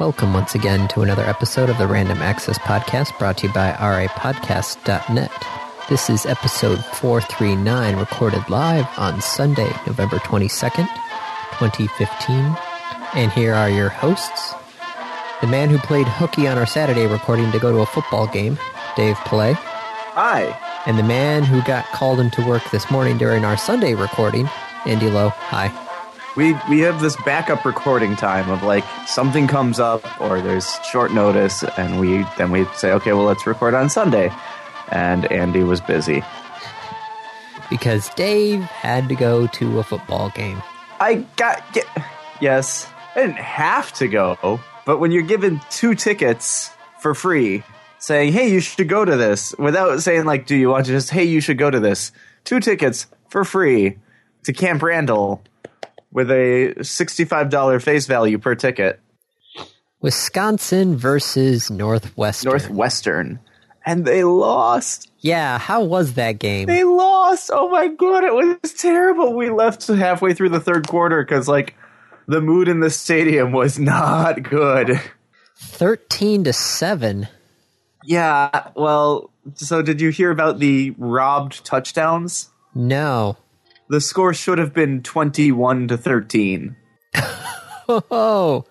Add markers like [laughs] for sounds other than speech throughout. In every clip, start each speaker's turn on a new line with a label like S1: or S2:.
S1: Welcome once again to another episode of the Random Access Podcast brought to you by rapodcast.net. This is episode 439, recorded live on Sunday, November 22nd, 2015. And here are your hosts the man who played hooky on our Saturday recording to go to a football game, Dave Play,
S2: Hi.
S1: and the man who got called into work this morning during our Sunday recording, Andy Lowe. Hi.
S2: We we have this backup recording time of like something comes up or there's short notice and we then we say okay well let's record on Sunday, and Andy was busy.
S1: Because Dave had to go to a football game.
S2: I got get, yes I didn't have to go, but when you're given two tickets for free, saying hey you should go to this without saying like do you want to just hey you should go to this two tickets for free to Camp Randall with a sixty five dollar face value per ticket.
S1: Wisconsin versus Northwestern.
S2: Northwestern. And they lost.
S1: Yeah, how was that game?
S2: They lost. Oh my god, it was terrible. We left halfway through the third quarter because like the mood in the stadium was not good.
S1: 13 to 7.
S2: Yeah, well, so did you hear about the robbed touchdowns?
S1: No.
S2: The score should have been 21 to 13.
S1: Oh,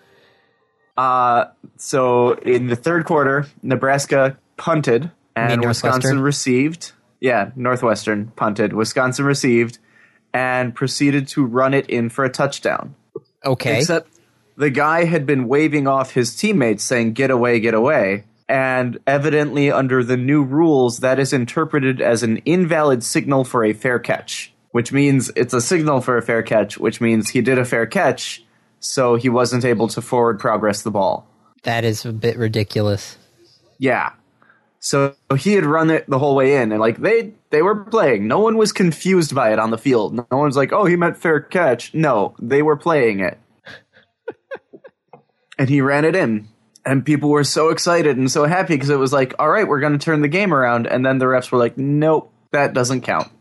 S2: Uh, so in the third quarter, Nebraska punted
S1: mean
S2: and
S1: Northwestern?
S2: Wisconsin received. Yeah, Northwestern punted. Wisconsin received and proceeded to run it in for a touchdown.
S1: okay.
S2: Except the guy had been waving off his teammates saying, get away, get away. And evidently, under the new rules, that is interpreted as an invalid signal for a fair catch, which means it's a signal for a fair catch, which means he did a fair catch, so he wasn't able to forward progress the ball.
S1: that is a bit ridiculous.
S2: Yeah. So he had run it the whole way in, and like they they were playing. No one was confused by it on the field. No one's like, "Oh, he meant fair catch." No, they were playing it, and he ran it in, and people were so excited and so happy because it was like, "All right, we're going to turn the game around." And then the refs were like, "Nope, that doesn't count."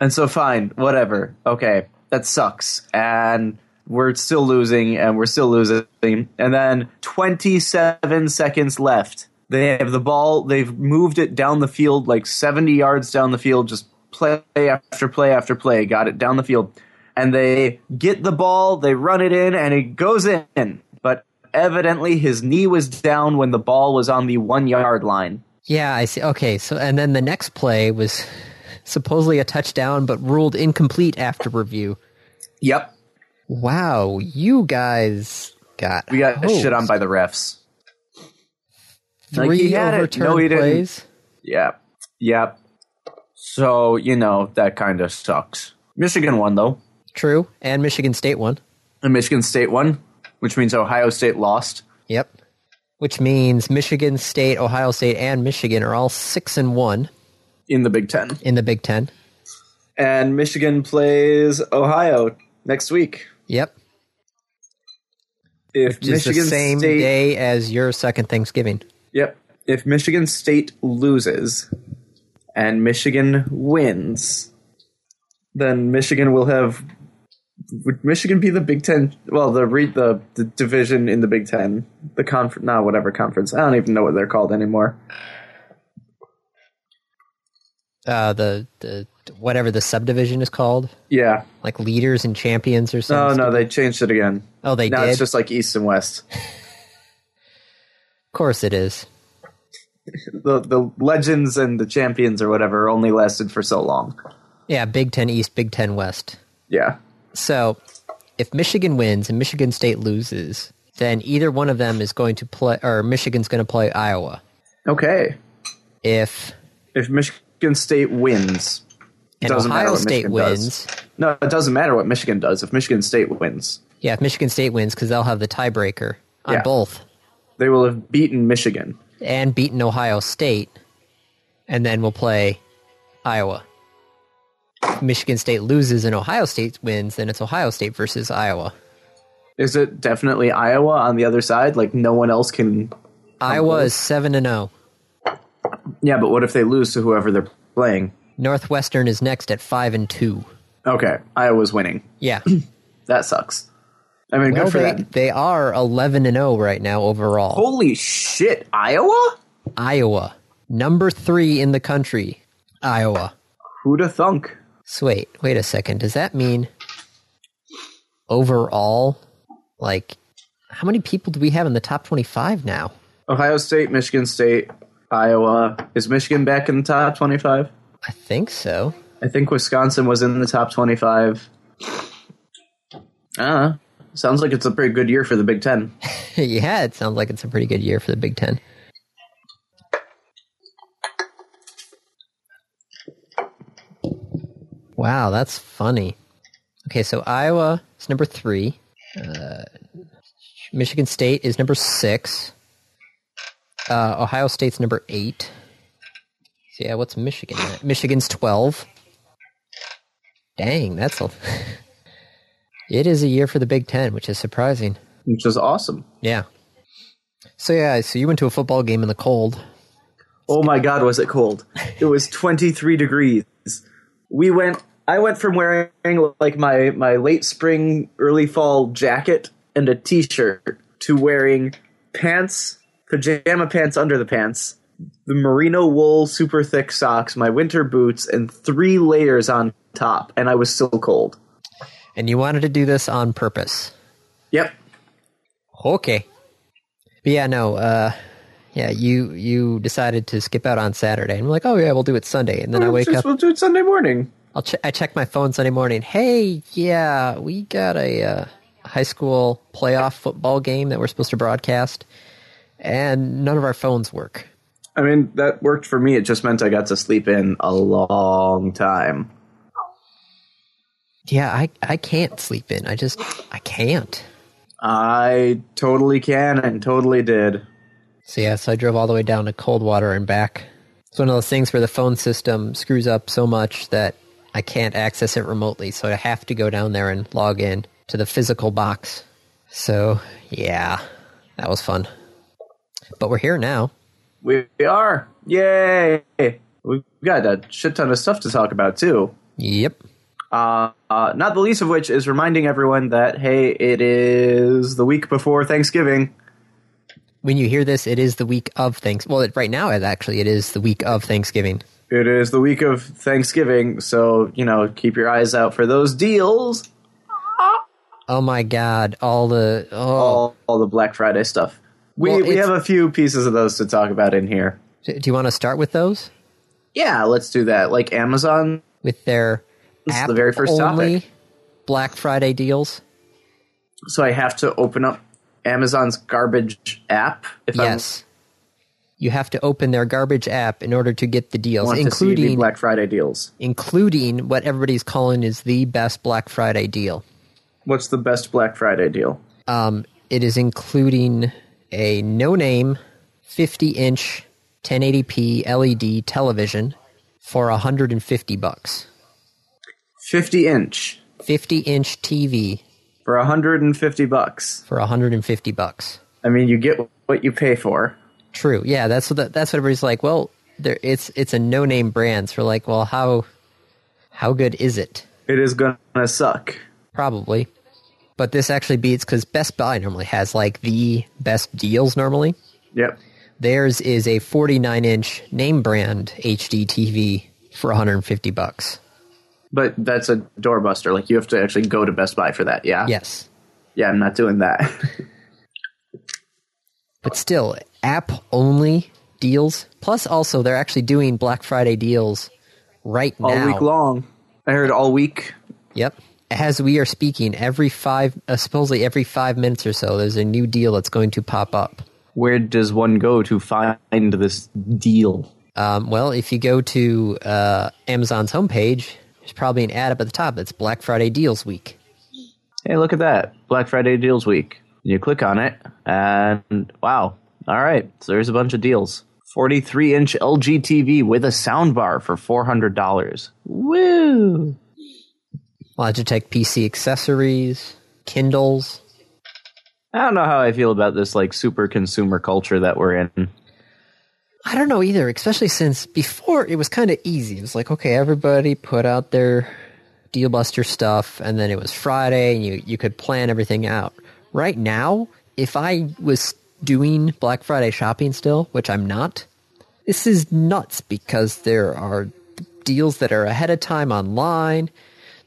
S2: And so fine, whatever. Okay, that sucks. And we're still losing and we're still losing. And then 27 seconds left. They have the ball. They've moved it down the field like 70 yards down the field just play after play after play. Got it down the field. And they get the ball, they run it in and it goes in. But evidently his knee was down when the ball was on the 1-yard line.
S1: Yeah, I see. Okay, so and then the next play was supposedly a touchdown but ruled incomplete after review.
S2: Yep.
S1: Wow, you guys got oh,
S2: We got shit on
S1: hosed.
S2: by the refs. Like, he
S1: three
S2: had it.
S1: overturned
S2: No, he didn't.
S1: plays.
S2: Yep. Yep. So, you know, that kind of sucks. Michigan won, though.
S1: True, and Michigan State won.
S2: And Michigan State won, which means Ohio State lost.
S1: Yep. Which means Michigan State, Ohio State, and Michigan are all six and one
S2: In the Big Ten.
S1: in the Big Ten.
S2: And Michigan plays Ohio next week.
S1: Yep.
S2: If
S1: Which is the same
S2: State,
S1: day as your second Thanksgiving.
S2: Yep. If Michigan State loses and Michigan wins, then Michigan will have. Would Michigan be the Big Ten? Well, the re, the, the division in the Big Ten, the conference, nah, whatever conference. I don't even know what they're called anymore.
S1: Uh, the the whatever the subdivision is called,
S2: Yeah.
S1: like leaders and champions or
S2: Oh, No,
S1: something.
S2: no, they changed it again.
S1: Oh, they
S2: now
S1: did.
S2: it's just like East and West.
S1: of course it is.
S2: The the legends and the champions or whatever only lasted for so long.
S1: Yeah, Big Ten East, Big Ten West.
S2: Yeah.
S1: So, if Michigan wins and Michigan State loses, then either one of them is going to play, or Michigan's going to play Iowa.
S2: Okay.
S1: If
S2: If Michigan State wins,
S1: and
S2: Doesn't matter
S1: Ohio
S2: what
S1: State
S2: Michigan
S1: wins,
S2: does. No, it doesn't matter what Michigan does. If Michigan State wins,
S1: yeah, if Michigan State wins, because they'll have the tiebreaker on
S2: Yeah.
S1: both
S2: they will have beaten Michigan.
S1: and beaten Ohio State, and then we'll play Iowa. If Michigan State loses and Ohio State wins, then it's Ohio State versus Iowa.
S2: Is it definitely Iowa on the other side? Like no one else can.
S1: Iowa is seven and oh. zero.
S2: Yeah, but what if they lose to whoever they're playing?
S1: Northwestern is next at five and two.
S2: Okay, Iowa's winning.
S1: Yeah.
S2: That sucks. I mean,
S1: Well,
S2: good for
S1: they,
S2: them.
S1: they are 11 and 0 right now overall.
S2: Holy shit, Iowa?
S1: Iowa, number three in the country. Iowa.
S2: Who'da thunk?
S1: So wait, wait a second. Does that mean overall, like, how many people do we have in the top 25 now?
S2: Ohio State, Michigan State, Iowa. Is Michigan back in the top 25?
S1: I think so. [laughs]
S2: I think Wisconsin was in the top 25. Uh, sounds like it's a pretty good year for the Big Ten.
S1: yeah, it sounds like it's a pretty good year for the Big Ten. Wow, that's funny. Okay, so Iowa is number three. Uh, Michigan State is number six. Uh, Ohio State's number eight. So yeah, what's Michigan? at? Michigan's twelve. Dang, that's a. [laughs] it is a year for the Big Ten, which is surprising.
S2: which is awesome.
S1: Yeah. So yeah, so you went to a football game in the cold.
S2: Oh my god, was it cold? It was 23 degrees. We went I went from wearing like my my late spring early fall jacket and a t-shirt to wearing pants, pajama pants under the pants, the merino wool super thick socks, my winter boots and three layers on top and I was still cold.
S1: And you wanted to do this on purpose.
S2: Yep.
S1: Okay. But yeah, no, uh yeah, you you decided to skip out on Saturday. And we're like, "Oh yeah, we'll do it Sunday." And then I wake
S2: Just-
S1: up,
S2: We'll do it Sunday morning.
S1: I'll che- I check my phone Sunday morning. "Hey, yeah, we got a uh, high school playoff football game that we're supposed to broadcast." And none of our phones work.
S2: I mean, that worked for me. It just meant I got to sleep in a long time.
S1: Yeah, I I can't sleep in. I just I can't.
S2: I totally can and totally did.
S1: So yeah, so I drove all the way down to Coldwater and back. It's one of those things where the phone system screws up so much that I can't access it remotely, so I have to go down there and log in to the physical box. So yeah, that was fun. But we're here now.
S2: We we are. Yay! We've got a shit ton of stuff to talk about, too.
S1: Yep.
S2: Uh, uh, not the least of which is reminding everyone that, hey, it is the week before Thanksgiving.
S1: When you hear this, it is the week of Thanks. Well, it, right now, it actually, it is the week of Thanksgiving.
S2: It is the week of Thanksgiving, so, you know, keep your eyes out for those deals.
S1: Oh my God! All the oh,
S2: All, all the Black Friday stuff. We,
S1: Well,
S2: we
S1: it's-
S2: have a few pieces of those to talk about in here.
S1: do you want to start with those?
S2: Yeah, let's do that. Like Amazon
S1: With their
S2: This is
S1: app
S2: the very first topic.
S1: only Black Friday deals.
S2: so I have to open up Amazon's garbage app if
S1: Yes. You have to open their garbage app in order to get the
S2: I
S1: deals,
S2: want to see the
S1: including
S2: Black Friday deals.
S1: including what everybody's calling is the best Black Friday deal.
S2: What's the best Black Friday deal?
S1: Um, it is including a no-name, 50-inch, 1080p LED E television for 150 bucks.
S2: 50 inch
S1: 50-inch TV
S2: for 150 bucks.
S1: for 150 bucks.
S2: I mean, you get what you pay for.
S1: True. Yeah, that's what the, that's what everybody's like. Well, there it's it's a no-name brand, so we're like, well, how how good is it?
S2: It is going to suck.
S1: probably. But this actually beats because Best Buy normally has like the best deals normally.
S2: Yep.
S1: Theirs is a 49 inch name brand HD TV for 150 bucks.
S2: But that's a doorbuster. Like you have to actually go to Best Buy for that. Yeah.
S1: Yes.
S2: Yeah, I'm not
S1: [laughs]
S2: doing that.
S1: But still, app only deals. Plus, also, they're actually doing Black Friday deals right
S2: all
S1: now.
S2: week long. I heard all week.
S1: Yep. As we are speaking, every five, uh, supposedly every five minutes or so, there's a new deal that's going to pop up.
S2: Where does one go to find this deal?
S1: Um, well, if you go to uh, Amazon's homepage, there's probably an ad up at the top that's Black Friday Deals Week.
S2: Hey, look at that. Black Friday deals week. You click on it and wow. All right. So there's a bunch of deals. 43 inch LG TV with a soundbar for $400. Woo!
S1: Logitech PC accessories, Kindles.
S2: I don't know how I feel about this like super consumer culture that we're in.
S1: I don't know either, especially since before it was kind of easy. It was like, okay, everybody put out their Deal Buster stuff, and then it was Friday, and you, you could plan everything out. Right now, if I was doing Black Friday shopping still, which I'm not, this is nuts because there are deals that are ahead of time online.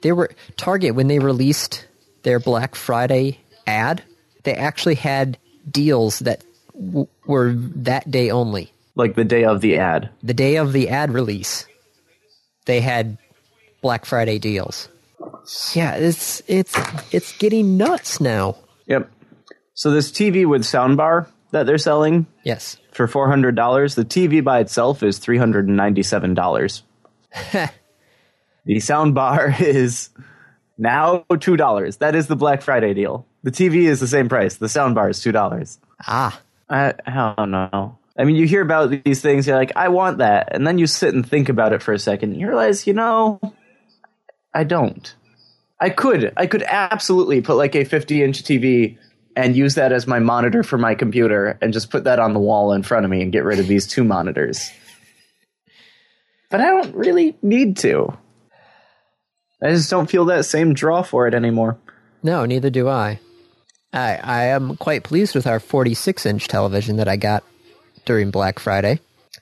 S1: They were Target when they released their Black Friday ad, they actually had deals that w- were that day only.
S2: Like the day of the ad.
S1: The day of the ad release, they had Black Friday deals. Yeah, it's it's it's getting nuts now.
S2: Yep. So this TV with soundbar that they're selling
S1: Yes.
S2: for four hundred dollars. The TV by itself is three hundred and ninety-seven dollars. the soundbar [laughs] is now two dollars. That is the Black Friday deal. The TV is the same price. The soundbar is two dollars.
S1: Ah,
S2: I, I don't know. I mean, you hear about these things, you're like, I want that. And then you sit and think about it for a second, and you realize, you know, I don't. I could. I could absolutely put like a 50 inch TV and use that as my monitor for my computer and just put that on the wall in front of me and get rid of these two monitors. But I don't really need to. I just don't feel that same draw for it anymore.
S1: no, neither do I. I I am quite pleased with our 46 inch television that I got during Black Friday.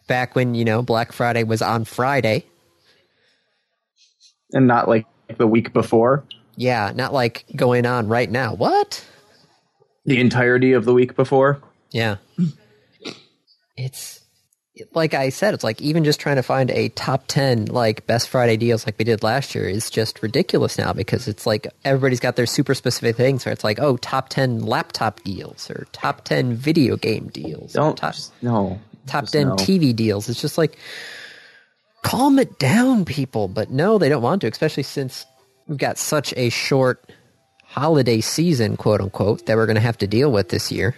S1: Back when you know Black Friday was on Friday.
S2: And not like the week before,
S1: Yeah, not like going on right now. What?
S2: the entirety of the week before.
S1: Yeah. It's like I said, it's like even just trying to find a top 10 like best Friday deals like we did last year is just ridiculous now because it's like everybody's got their super specific things where it's like, oh, top 10 laptop deals or top 10 video game deals. or
S2: Don't
S1: top,
S2: just- no.
S1: top
S2: Just
S1: 10
S2: no.
S1: TV deals. It's just like, calm it down, people. But no, they don't want to, especially since we've got such a short holiday season, quote unquote, that we're going to have to deal with this year.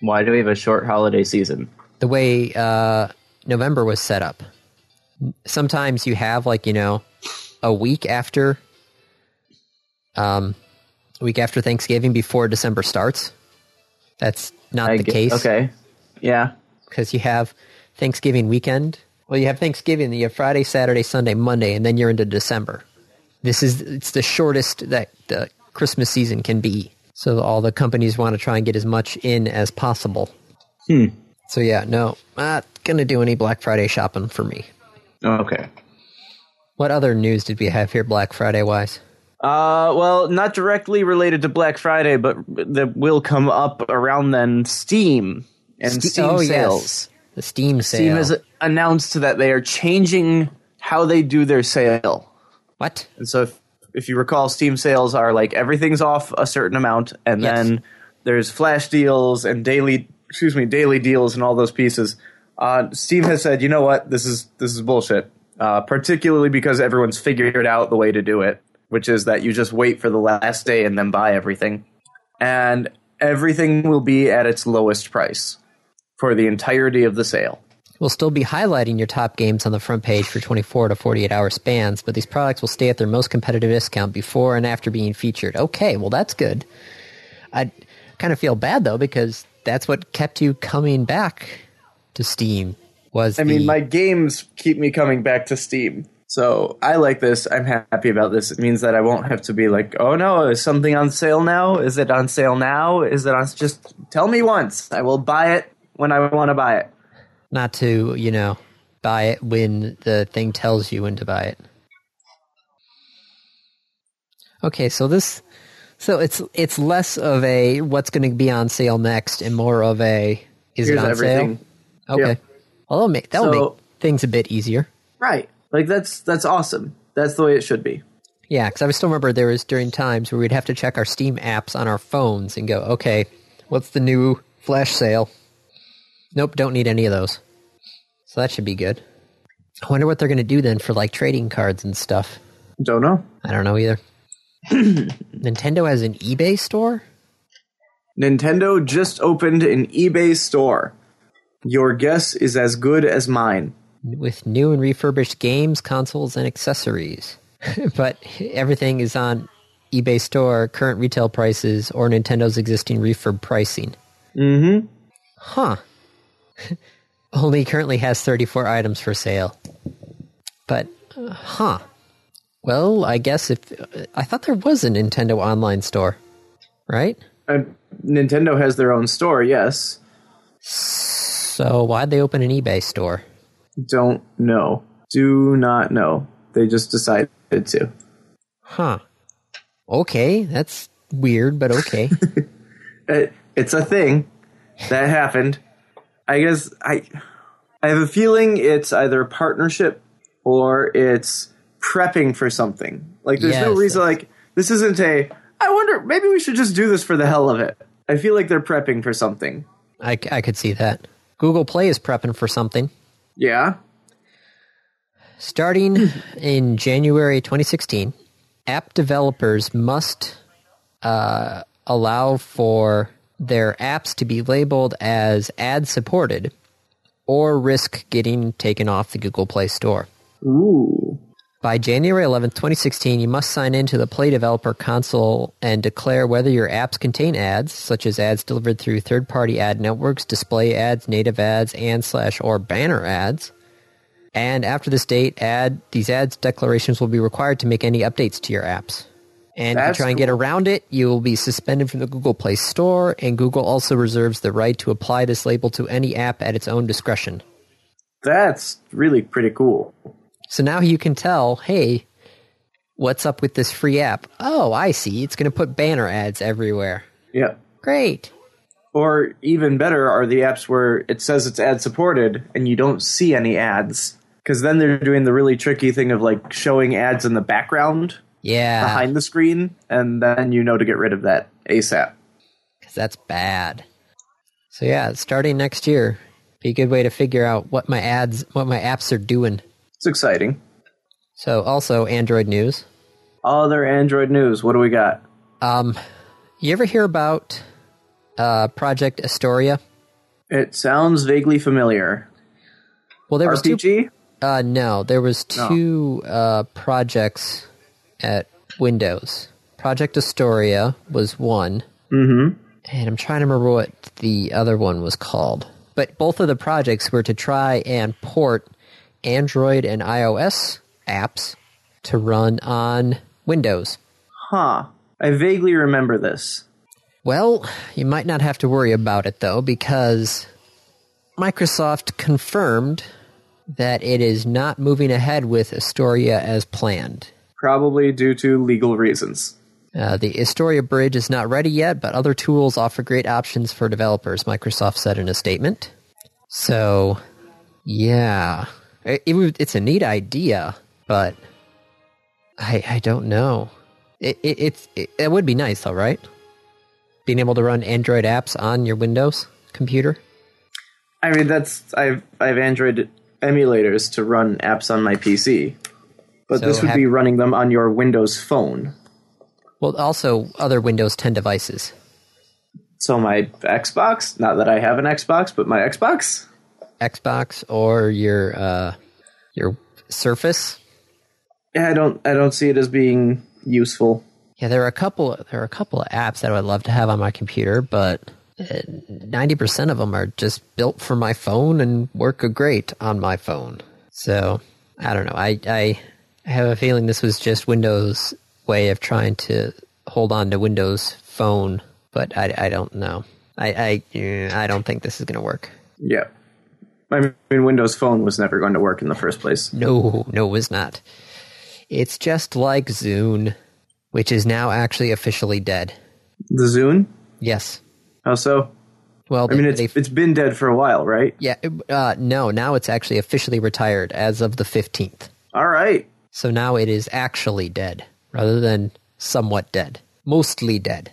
S2: Why do we have a short holiday season?
S1: the way uh, November was set up. Sometimes you have like you know a week after, um, a week after Thanksgiving before December starts. That's not the
S2: ge-
S1: case
S2: Okay. Yeah.
S1: because you have Thanksgiving weekend. Well, you have Thanksgiving, you have Friday, Saturday, Sunday, Monday, and then you're into December. This is it's the shortest that the Christmas season can be. So all the companies want to try and get as much in as possible.
S2: Hmm.
S1: So yeah, no, not gonna do any Black Friday shopping for me.
S2: Okay.
S1: What other news did we have here Black Friday wise?
S2: Uh, well, not directly related to Black Friday, but that will come up around then. Steam and
S1: Ste-
S2: Steam
S1: oh, yes.
S2: sales.
S1: The Steam sale.
S2: Steam has announced that they are changing how they do their sale.
S1: what?
S2: And so, if, if you recall, Steam sales are like everything's off a certain amount, and
S1: Yes.
S2: then there's flash deals and daily, excuse me, daily deals and all those pieces. Uh, Steam has said, you know what, this is this is bullshit. Uh, particularly because everyone's figured out the way to do it, which is that you just wait for the last day and then buy everything, and everything will be at its lowest price for the entirety of the sale.
S1: We'll still be highlighting your top games on the front page for 24 to 48 hour spans, but these products will stay at their most competitive discount before and after being featured. Okay, well, that's good. I kind of feel bad, though, because that's what kept you coming back to Steam. Was
S2: I mean, my games keep me coming back to Steam. So I like this. I'm happy about this. It means that I won't have to be like, oh no, is something on sale now? Is it on sale now? Is it on? Just tell me once. I will buy it when I want to buy it.
S1: not to, you know, buy it when the thing tells you when to buy it. Okay, so this so it's it's less of a what's going to be on sale next and more of a is
S2: Here's
S1: it on
S2: everything.
S1: sale? Okay. Well, that'll make that'll
S2: So-
S1: make things a bit easier.
S2: Right. Like that's that's awesome. That's the way it should be.
S1: Yeah, cuz I still remember there was during times where we'd have to check our Steam apps on our phones and go, "Okay, what's the new flash sale?" Nope, don't need any of those. So that should be good. I wonder what they're going to do then for like trading cards and stuff.
S2: Don't know.
S1: I don't know either. Nintendo has an eBay store?
S2: Nintendo just opened an eBay store. Your guess is as good as mine.
S1: with new and refurbished games, consoles, and accessories. [laughs] but everything is on eBay store, current retail prices, or Nintendo's existing refurb pricing. Mm hmm. Huh. [laughs] Only currently has 34 items for sale. But, uh, huh. Well, I guess if I thought there was a Nintendo online store, right?
S2: And Nintendo has their own store, yes.
S1: So why'd they open an eBay store?
S2: Don't know. Do not know. They just decided to.
S1: Huh. Okay, that's weird, but okay.
S2: It, it's a thing that happened. I guess I I have a feeling it's either a partnership or it's prepping for something. Like there's no
S1: Yes,
S2: reason like this isn't a I wonder maybe we should just do this for the hell of it. I feel like they're prepping for something.
S1: I, c- I could see that. Google Play is prepping for something.
S2: Yeah.
S1: Starting in January 2016, app developers must uh, allow for their apps to be labeled as ad supported or risk getting taken off the Google Play Store.
S2: Ooh.
S1: By January 11, 2016, you must sign into the Play Developer Console and declare whether your apps contain ads, such as ads delivered through third-party ad networks, display ads, native ads, and slash or banner ads. And after this date, ad these ads declarations will be required to make any updates to your apps. And if you
S2: That's
S1: try and get around it, you will be suspended from the Google Play Store, and Google also reserves the right to apply this label to any app at its own discretion.
S2: That's really pretty cool.
S1: So now you can tell, hey, what's up with this free app? Oh, I see. It's going to put banner ads everywhere.
S2: Yeah.
S1: Great.
S2: Or even better are the apps where it says it's ad supported and you don't see any ads. Because then they're doing the really tricky thing of like showing ads in the background
S1: Yeah,
S2: behind the screen, and then you know to get rid of that ASAP.
S1: 'cause that's bad. So yeah, starting next year, be a good way to figure out what my ads, what my apps are doing.
S2: It's exciting.
S1: So also Android news.
S2: Other Android news, what do we got?
S1: Um, you ever hear about uh, Project Astoria?
S2: It sounds vaguely familiar.
S1: Well, there was two
S2: RPG?
S1: Uh, no, there was two uh, projects at Windows. Project Astoria was one, mm-hmm. and I'm trying to remember what the other one was called. But both of the projects were to try and port Android and iOS apps to run on Windows.
S2: Huh. I vaguely remember this.
S1: Well, you might not have to worry about it though, because Microsoft confirmed that it is not moving ahead with Astoria as planned.
S2: Probably due to legal reasons.
S1: Uh, the Astoria bridge is not ready yet, but other tools offer great options for developers, Microsoft said in a statement. So, yeah. It- it would- it's a neat idea, but I, I don't know. It, it, it's, it, it would be nice, though, right? Being able to run Android apps on your Windows computer?
S2: I mean, that's I've I've Android emulators to run apps on my PC, but
S1: So
S2: this would
S1: have-
S2: be running them on your Windows phone.
S1: Well, also other Windows 10 devices.
S2: So my Xbox, not that I have an Xbox, but my Xbox,
S1: Xbox or your, uh, your Surface?
S2: yeah, I don't I don't see it as being useful.
S1: Yeah, there are a couple. There are a couple of apps that I would love to have on my computer, but uh, ninety percent of them are just built for my phone and work great on my phone. So I don't know. I I have a feeling this was just Windows' way of trying to hold on to Windows Phone, but I, I don't know. I I eh, I don't think this is going to work.
S2: Yeah. I mean, Windows Phone was never going to work in the first place.
S1: No, no, it's not. It's just like Zune, which is now actually officially dead.
S2: The Zune?
S1: Yes.
S2: How so?
S1: Well,
S2: I mean, it's, it's been dead for a while, right?
S1: Yeah, it- uh, no, now it's actually officially retired as of the 15th.
S2: All right.
S1: So now it is actually dead rather than somewhat dead. Mostly dead.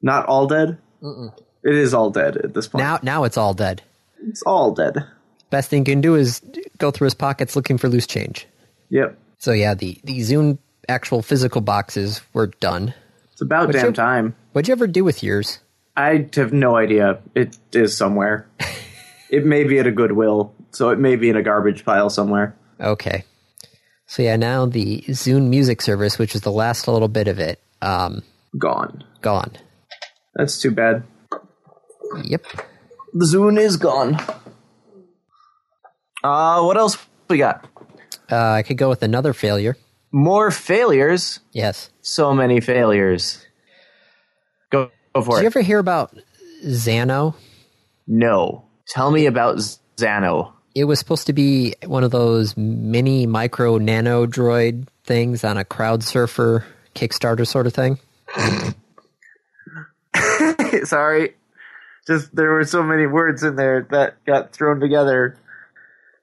S2: Not all dead? It is all dead at this point.
S1: Now now it's all dead.
S2: it's all dead.
S1: Best thing you can do is go through his pockets looking for loose change.
S2: Yep.
S1: So yeah, the the Zune actual physical boxes were done.
S2: It's about damn
S1: your-
S2: time.
S1: What'd you ever do with yours?
S2: I have no idea. It is somewhere. [laughs] it may be at a Goodwill, so it may be in a garbage pile somewhere.
S1: Okay. So yeah, now the Zune music service, which is the last little bit of it, um,
S2: Gone.
S1: gone.
S2: That's too bad.
S1: Yep.
S2: The Zune is gone. Uh, what else we got?
S1: Uh, I could go with another failure.
S2: More failures.
S1: Yes.
S2: So many failures. Go, go for
S1: Did
S2: it.
S1: you ever hear about Xano?
S2: no. Tell me about Xano.
S1: It was supposed to be one of those mini micro nano droid things on a crowd surfer Kickstarter sort of thing.
S2: [laughs] Sorry. Just there were so many words in there that got thrown together.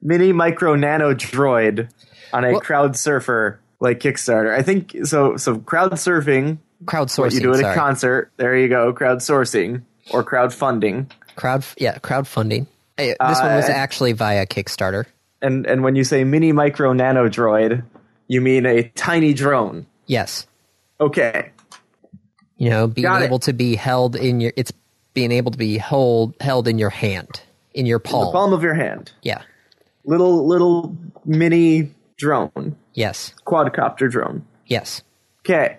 S2: Mini micro nano droid on a
S1: Well-
S2: crowd surfer like Kickstarter. I think so so crowd surfing,
S1: Crowdsourcing.
S2: what you do at
S1: sorry.
S2: a concert. There you go, crowdsourcing or crowdfunding.
S1: crowd yeah crowdfunding Hey, this one was
S2: Uh,
S1: actually via kickstarter
S2: And and when you say mini micro nano droid, you mean a tiny drone.
S1: yes
S2: Okay.
S1: you know being
S2: Got it.
S1: able to be held in your it's being able to be hold held in your hand in your palm,
S2: The palm of your hand.
S1: yeah
S2: Little little mini drone.
S1: yes
S2: Quadcopter drone.
S1: yes
S2: Okay.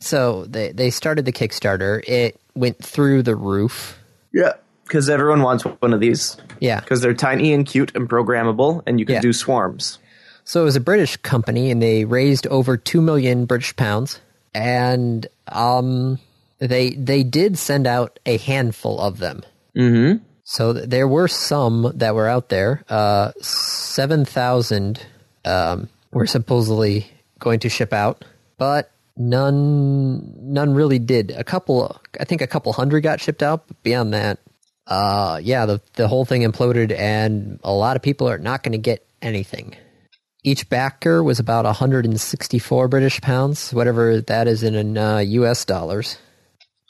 S1: so they they started the kickstarter it went through the roof
S2: Yeah. Because everyone wants one of these.
S1: yeah
S2: Because they're tiny and cute and programmable, and you can
S1: Yeah.
S2: do swarms.
S1: So it was a British company, and they raised over two million British pounds, and um, they they did send out a handful of them. Mm-hmm. So th- there were some that were out there. Uh, Seven thousand um, were supposedly going to ship out, but none none really did. A couple, I think, a couple hundred got shipped out. But beyond that, uh, yeah, the the whole thing imploded, and a lot of people are not going to get anything. Each backer was about 164 British pounds, whatever that is in an, uh, U.S. dollars.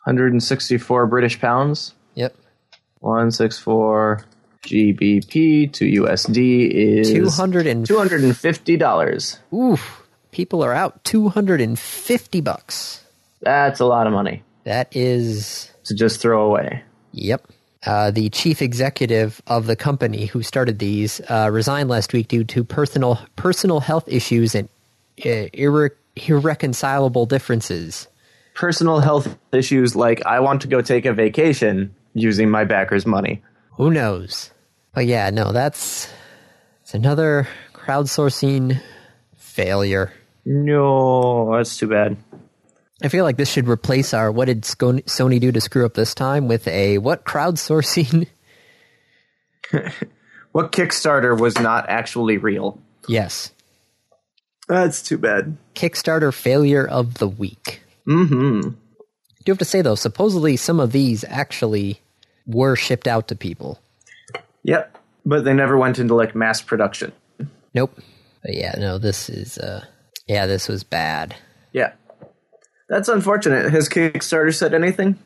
S2: 164 British pounds.
S1: Yep,
S2: 164 GBP to USD is
S1: 200 and
S2: $250.
S1: oof, people are out 250 bucks.
S2: That's a lot of money
S1: That is
S2: to just throw away.
S1: Yep. Uh, the chief executive of the company who started these uh, resigned last week due to personal personal health issues and uh, irre- irreconcilable differences.
S2: Personal health issues like I want to go take a vacation using my backer's money.
S1: Who knows? But yeah, no, that's it's another crowdsourcing failure.
S2: No, that's too bad.
S1: I feel like this should replace our "What did Sco- Sony do to screw up this time?" with a "What crowdsourcing?" [laughs]
S2: What Kickstarter was not actually real?
S1: yes,
S2: That's too bad.
S1: Kickstarter failure of the week. Mm-hmm. Do have to say though, supposedly some of these actually were shipped out to people.
S2: Yep. But they never went into like mass production.
S1: Nope. But yeah, no, this is uh yeah, this was bad.
S2: Yeah. That's unfortunate. Has Kickstarter said anything?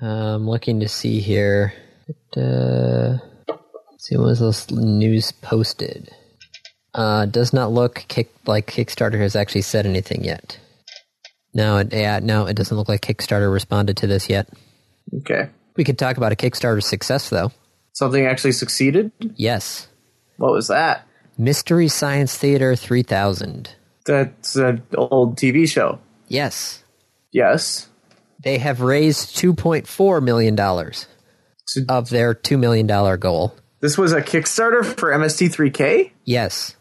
S1: Um looking to see here. Uh, see when was this news posted? Uh does not look kick like Kickstarter has actually said anything yet. No, it, yeah, no, it doesn't look like Kickstarter responded to this yet.
S2: Okay.
S1: We could talk about a Kickstarter success though.
S2: Something actually succeeded?
S1: Yes.
S2: What was that?
S1: Mystery Science Theater 3000.
S2: That's an old TV show.
S1: Yes.
S2: Yes.
S1: They have raised $2.4 million
S2: So
S1: of their $2 million goal.
S2: this was a Kickstarter for MST3K?
S1: Yes.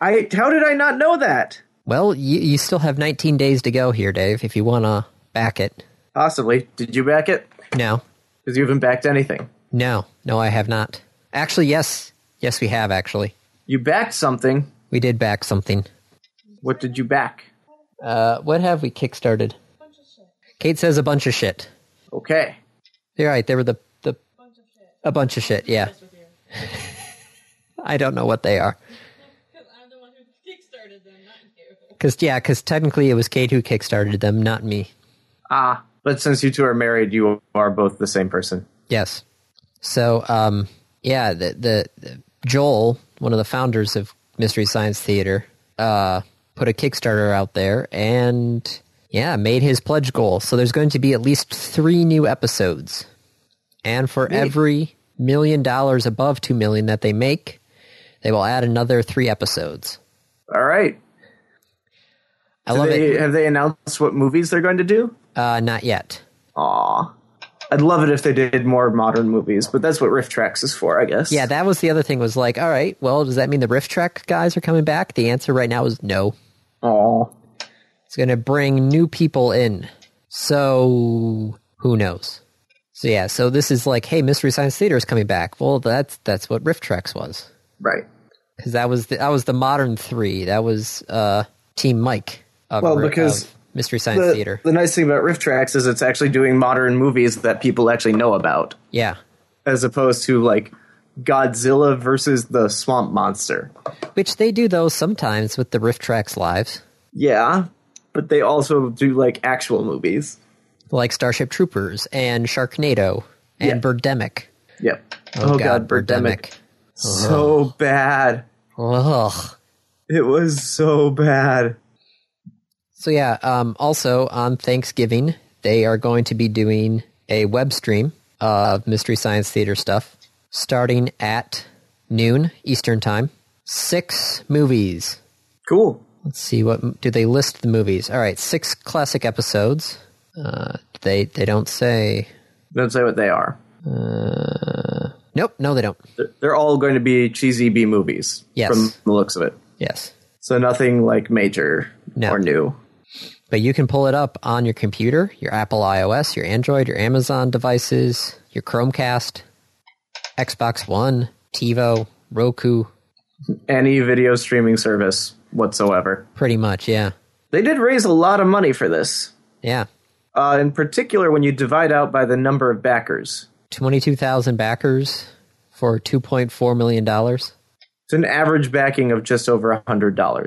S2: I how did I not know that?
S1: Well, you, you still have 19 days to go here, Dave, if you want to back it.
S2: Possibly. Did you back it?
S1: No.
S2: Because you haven't backed anything.
S1: No. No, I have not. Actually, yes. Yes, we have, actually.
S2: You backed something.
S1: We did back something.
S2: What did you back?
S1: Uh, what have we kickstarted? Kate says a bunch of shit.
S2: Okay.
S1: You're right. They were the the a bunch of shit. Yeah. [laughs] I don't know what they are.
S3: I'm the one who [laughs] kickstarted them, not you.
S1: Because yeah, because technically it was Kate who kickstarted them, not me.
S2: Ah. But since you two are married, you are both the same person.
S1: Yes. So um, yeah, the, the the Joel, one of the founders of Mystery Science Theater, uh, put a Kickstarter out there and yeah, made his pledge goal. So there's going to be at least three new episodes, and for every million dollars above two million that they make, they will add another three episodes.
S2: All right.
S1: I love
S2: They-
S1: it.
S2: Have they announced what movies they're going to do?
S1: Uh, not yet.
S2: Aw. I'd love it if they did more modern movies, but that's what Rift Tracks is for, I guess.
S1: Yeah, that was the other thing. Was like, all right, well, does that mean the riff track guys are coming back? The answer right now is no.
S2: Oh,
S1: It's going to bring new people in. So who knows? So yeah, so this is like, hey, Mystery Science Theater is coming back. Well, that's that's what Rift Treks was
S2: right.
S1: because that was the, that was the modern three. That was uh, Team Mike. Of,
S2: Well, because
S1: of Mystery Science
S2: The,
S1: Theater.
S2: the nice thing about Rift Tracks is it's actually doing modern movies that people actually know about,
S1: Yeah,
S2: as opposed to like Godzilla versus the Swamp Monster.
S1: which they do those sometimes with the Rift Tracks lives,
S2: Yeah, but they also do like actual movies.
S1: like Starship Troopers and Sharknado and
S2: Yeah. Oh,
S1: Birdemic.
S2: Yep.
S1: Oh, Birdemic. Uh-huh.
S2: So bad.
S1: Ugh.
S2: It was so bad.
S1: So yeah, um, also on Thanksgiving they are going to be doing a web stream of Mystery Science Theater stuff starting at noon Eastern time. Six movies.
S2: Cool.
S1: Let's see what do they list the movies. All right, six classic episodes. Uh, they they don't say.
S2: Don't say what they are.
S1: Nope, no, they don't.
S2: They're- They're all going to be cheesy B movies.
S1: Yes.
S2: From the looks of it.
S1: Yes,
S2: So nothing like major
S1: No.
S2: or new.
S1: but you can pull it up on your computer, your Apple iOS, your Android, your Amazon devices, your Chromecast, Xbox One, TiVo, Roku,
S2: Any video streaming service whatsoever.
S1: pretty much. Yeah,
S2: They did raise a lot of money for this.
S1: yeah.
S2: Uh, in particular, when you divide out by the number of backers,
S1: Twenty two thousand backers for two point four million dollars.
S2: it's an average backing of just over a $100.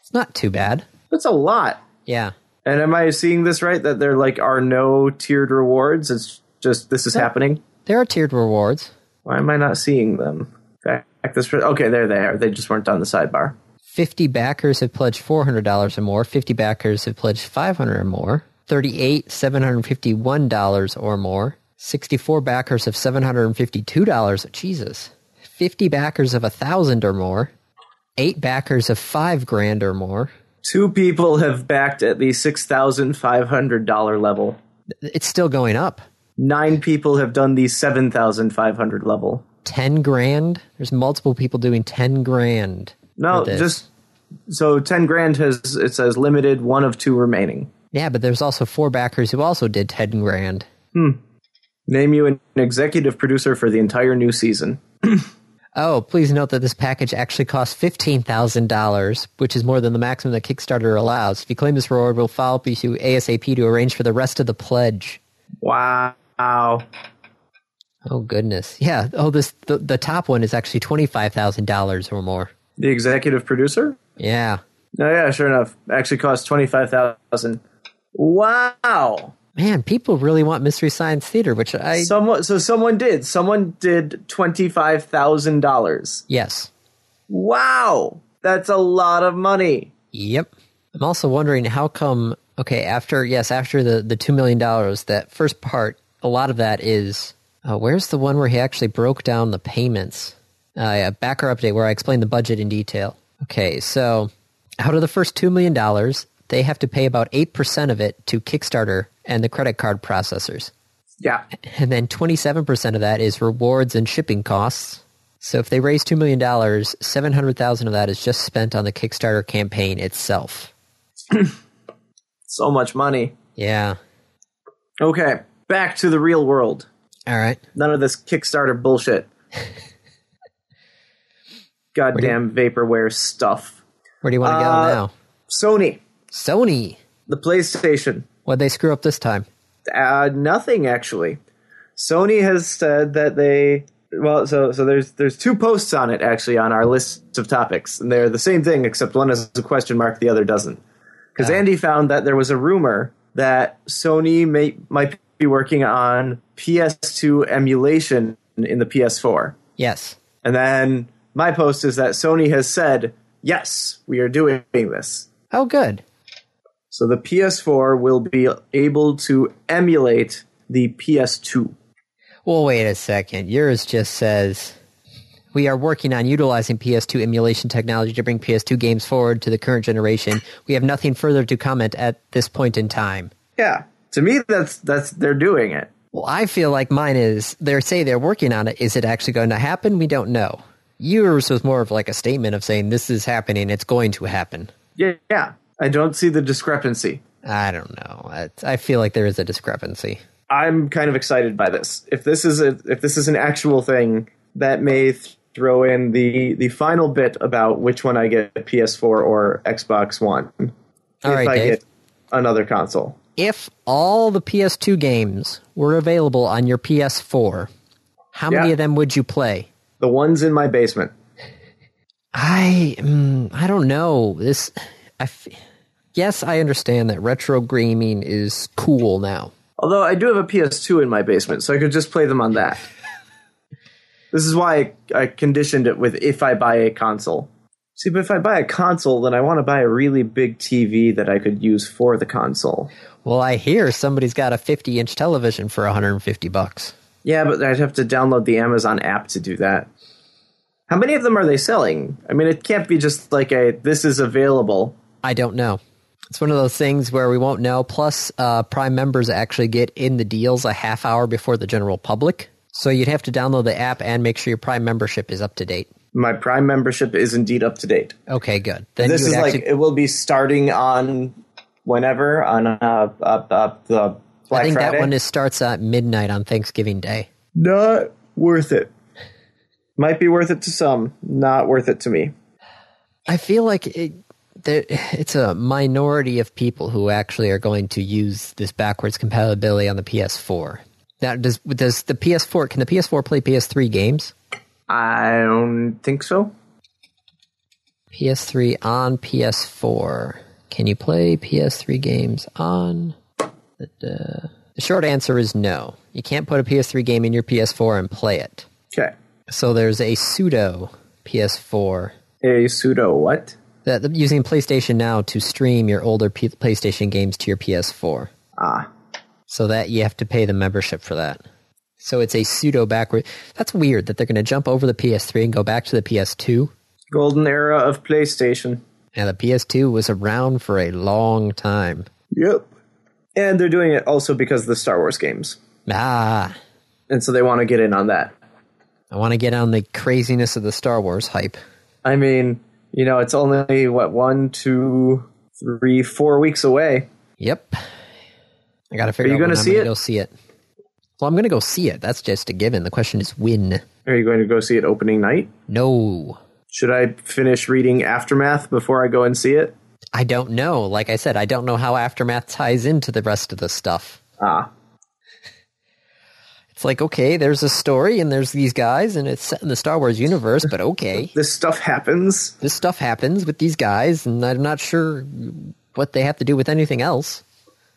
S1: It's not too bad.
S2: That's a lot.
S1: Yeah,
S2: And am I seeing this right? That there like are no tiered rewards. It's just this is happening.
S1: there are tiered rewards.
S2: Why am I not seeing them? Back back this. Okay, there they are. They just weren't on the sidebar.
S1: 50 backers have pledged $400 or more 50 backers have pledged 500 or more 38 $751 or more 64 backers of $752 jesus 50 backers of 1000 or more 8 backers of 5 grand or more
S2: Two people have backed at the six thousand five hundred dollar level.
S1: it's still going up
S2: Nine people have done the seven thousand five hundred level.
S1: 10 grand there's multiple people doing 10 grand
S2: No,
S1: for this.
S2: just so ten grand has it says limited one of two remaining.
S1: yeah but there's also 4 backers who also did 10 grand
S2: Name you an executive producer for the entire new season.
S1: Oh, please note that this package actually costs fifteen thousand dollars, which is more than the maximum that Kickstarter allows. If you claim this reward, we'll follow up with you ASAP to arrange for the rest of the pledge.
S2: Wow.
S1: Oh goodness, yeah. Oh, this the, the top one is actually twenty five thousand dollars or more.
S2: The executive producer?
S1: Yeah,
S2: Oh yeah, sure enough. Actually cost twenty five thousand. Wow.
S1: man, people really want Mystery Science Theater, which I
S2: Someone so someone did. Someone did twenty five thousand dollars.
S1: yes,
S2: Wow. That's a lot of money.
S1: yep. I'm also wondering how come. Okay, after yes, after the the two million dollars, that first part, a lot of that is. Uh, where's the one where he actually broke down the payments? uh, yeah, backer update where I explain the budget in detail. Okay, so out of the first $2 million, they have to pay about 8% of it to Kickstarter and the credit card processors.
S2: Yeah.
S1: And then 27% of that is rewards and shipping costs. So if they raise $2 million, 700000 of that is just spent on the Kickstarter campaign itself.
S2: So much money.
S1: Yeah.
S2: Okay. Back to the real world.
S1: All right.
S2: None of this Kickstarter bullshit. Goddamn vaporware stuff.
S1: Where do you want to
S2: Uh,
S1: go now?
S2: Sony,
S1: Sony.
S2: the PlayStation.
S1: What'd they screw up this time?
S2: Uh, nothing actually. Sony has said that they well, so so there's there's two posts on it actually on our list of topics, and they're the same thing except one has a question mark, the other doesn't. Because Andy found that there was a rumor that Sony may might be working on PS2 emulation in the PS4,
S1: Yes.
S2: and then my post is that Sony has said yes, we are doing this.
S1: Oh, good.
S2: So the PS4 will be able to emulate the PS2.
S1: Well, wait a second. Yours just says we are working on utilizing PS2 emulation technology to bring PS2 games forward to the current generation. We have nothing further to comment at this point in time.
S2: Yeah. To me that's that's they're doing it.
S1: Well, I feel like mine is they say they're working on it. Is it actually going to happen? We don't know. Yours was more of like a statement of saying this is happening, it's going to happen.
S2: Yeah. yeah.
S4: I don't see the discrepancy.
S1: I don't know. I, I feel like there is a discrepancy.
S2: I'm kind of excited by this. If this is a if this is an actual thing, that may th- throw in the the final bit about which one I get PS4 or Xbox One.
S1: All
S2: if
S1: right,
S2: I
S1: Dave.
S2: get another console.
S1: If all the PS2 games were available on your PS4, how many
S2: Yeah.
S1: of them would you play?
S2: The ones in my basement.
S1: I mm, I don't know. This I f- yes, I understand that retro gaming is cool now.
S2: Although I do have a PS2 in my basement, so I could just play them on that. this is why I, I conditioned it with if I buy a console. See, but if I buy a console, then I want to buy a really big TV that I could use for the console.
S1: Well, I hear somebody's got a 50-inch television for 150 bucks.
S2: Yeah, but I'd have to download the Amazon app to do that. How many of them are they selling? I mean, it can't be just like a this is available.
S1: I don't know. It's one of those things where we won't know. Plus, uh, Prime members actually get in the deals a half hour before the general public. So you'd have to download the app and make sure your Prime membership is up to date.
S2: My Prime membership is indeed up to date.
S1: Okay, good. Then
S2: this
S1: you
S2: is
S1: would
S2: like
S1: actually,
S2: it will be starting on whenever on uh, uh, uh the Black
S1: I think
S2: Friday.
S1: that one is starts at midnight on Thanksgiving Day.
S2: not worth it. Might be worth it to some, not worth it to me.
S1: I feel like it, there, [laughs] it's a minority of people who actually are going to use this backwards compatibility on the PS4. Now, does does the PS4 can the PS4 play PS3 games?
S2: I don't think so.
S1: PS3 on PS4. Can you play PS3 games on? The, the short answer is no. You can't put a PS3 game in your PS4 and play it.
S2: Okay,
S1: So there's a pseudo PS4
S2: a pseudo what?
S1: that using PlayStation Now to stream your older P- PlayStation games to your PS4.
S2: Ah,
S1: So that you have to pay the membership for that. So it's a pseudo backward. That's weird that they're going to jump over the PS3 and go back to the PS2.
S2: golden era of PlayStation.
S1: And the PS2 was around for a long time.
S2: Yep. And they're doing it also because of the Star Wars games,
S1: Ah,
S2: and so they want to get in on that.
S1: I want to get on the craziness of the Star Wars hype.
S2: I mean, you know, it's only what one, two, three, four weeks away.
S1: Yep. I got to figure
S2: you
S1: out
S2: gonna
S1: when
S2: see
S1: I'm going
S2: it?
S1: to go see it. Well, I'm going to go see it. That's just a given. The question is when.
S2: Are you going to go see it opening night?
S1: No.
S2: Should I finish reading Aftermath before I go and see it?
S1: I don't know. Like I said, I don't know how Aftermath ties into the rest of the stuff.
S2: Ah,
S1: It's like, okay, there's a story and there's these guys and it's set in the Star Wars universe, but okay.
S2: this stuff happens.
S1: this stuff happens with these guys and I'm not sure what they have to do with anything else.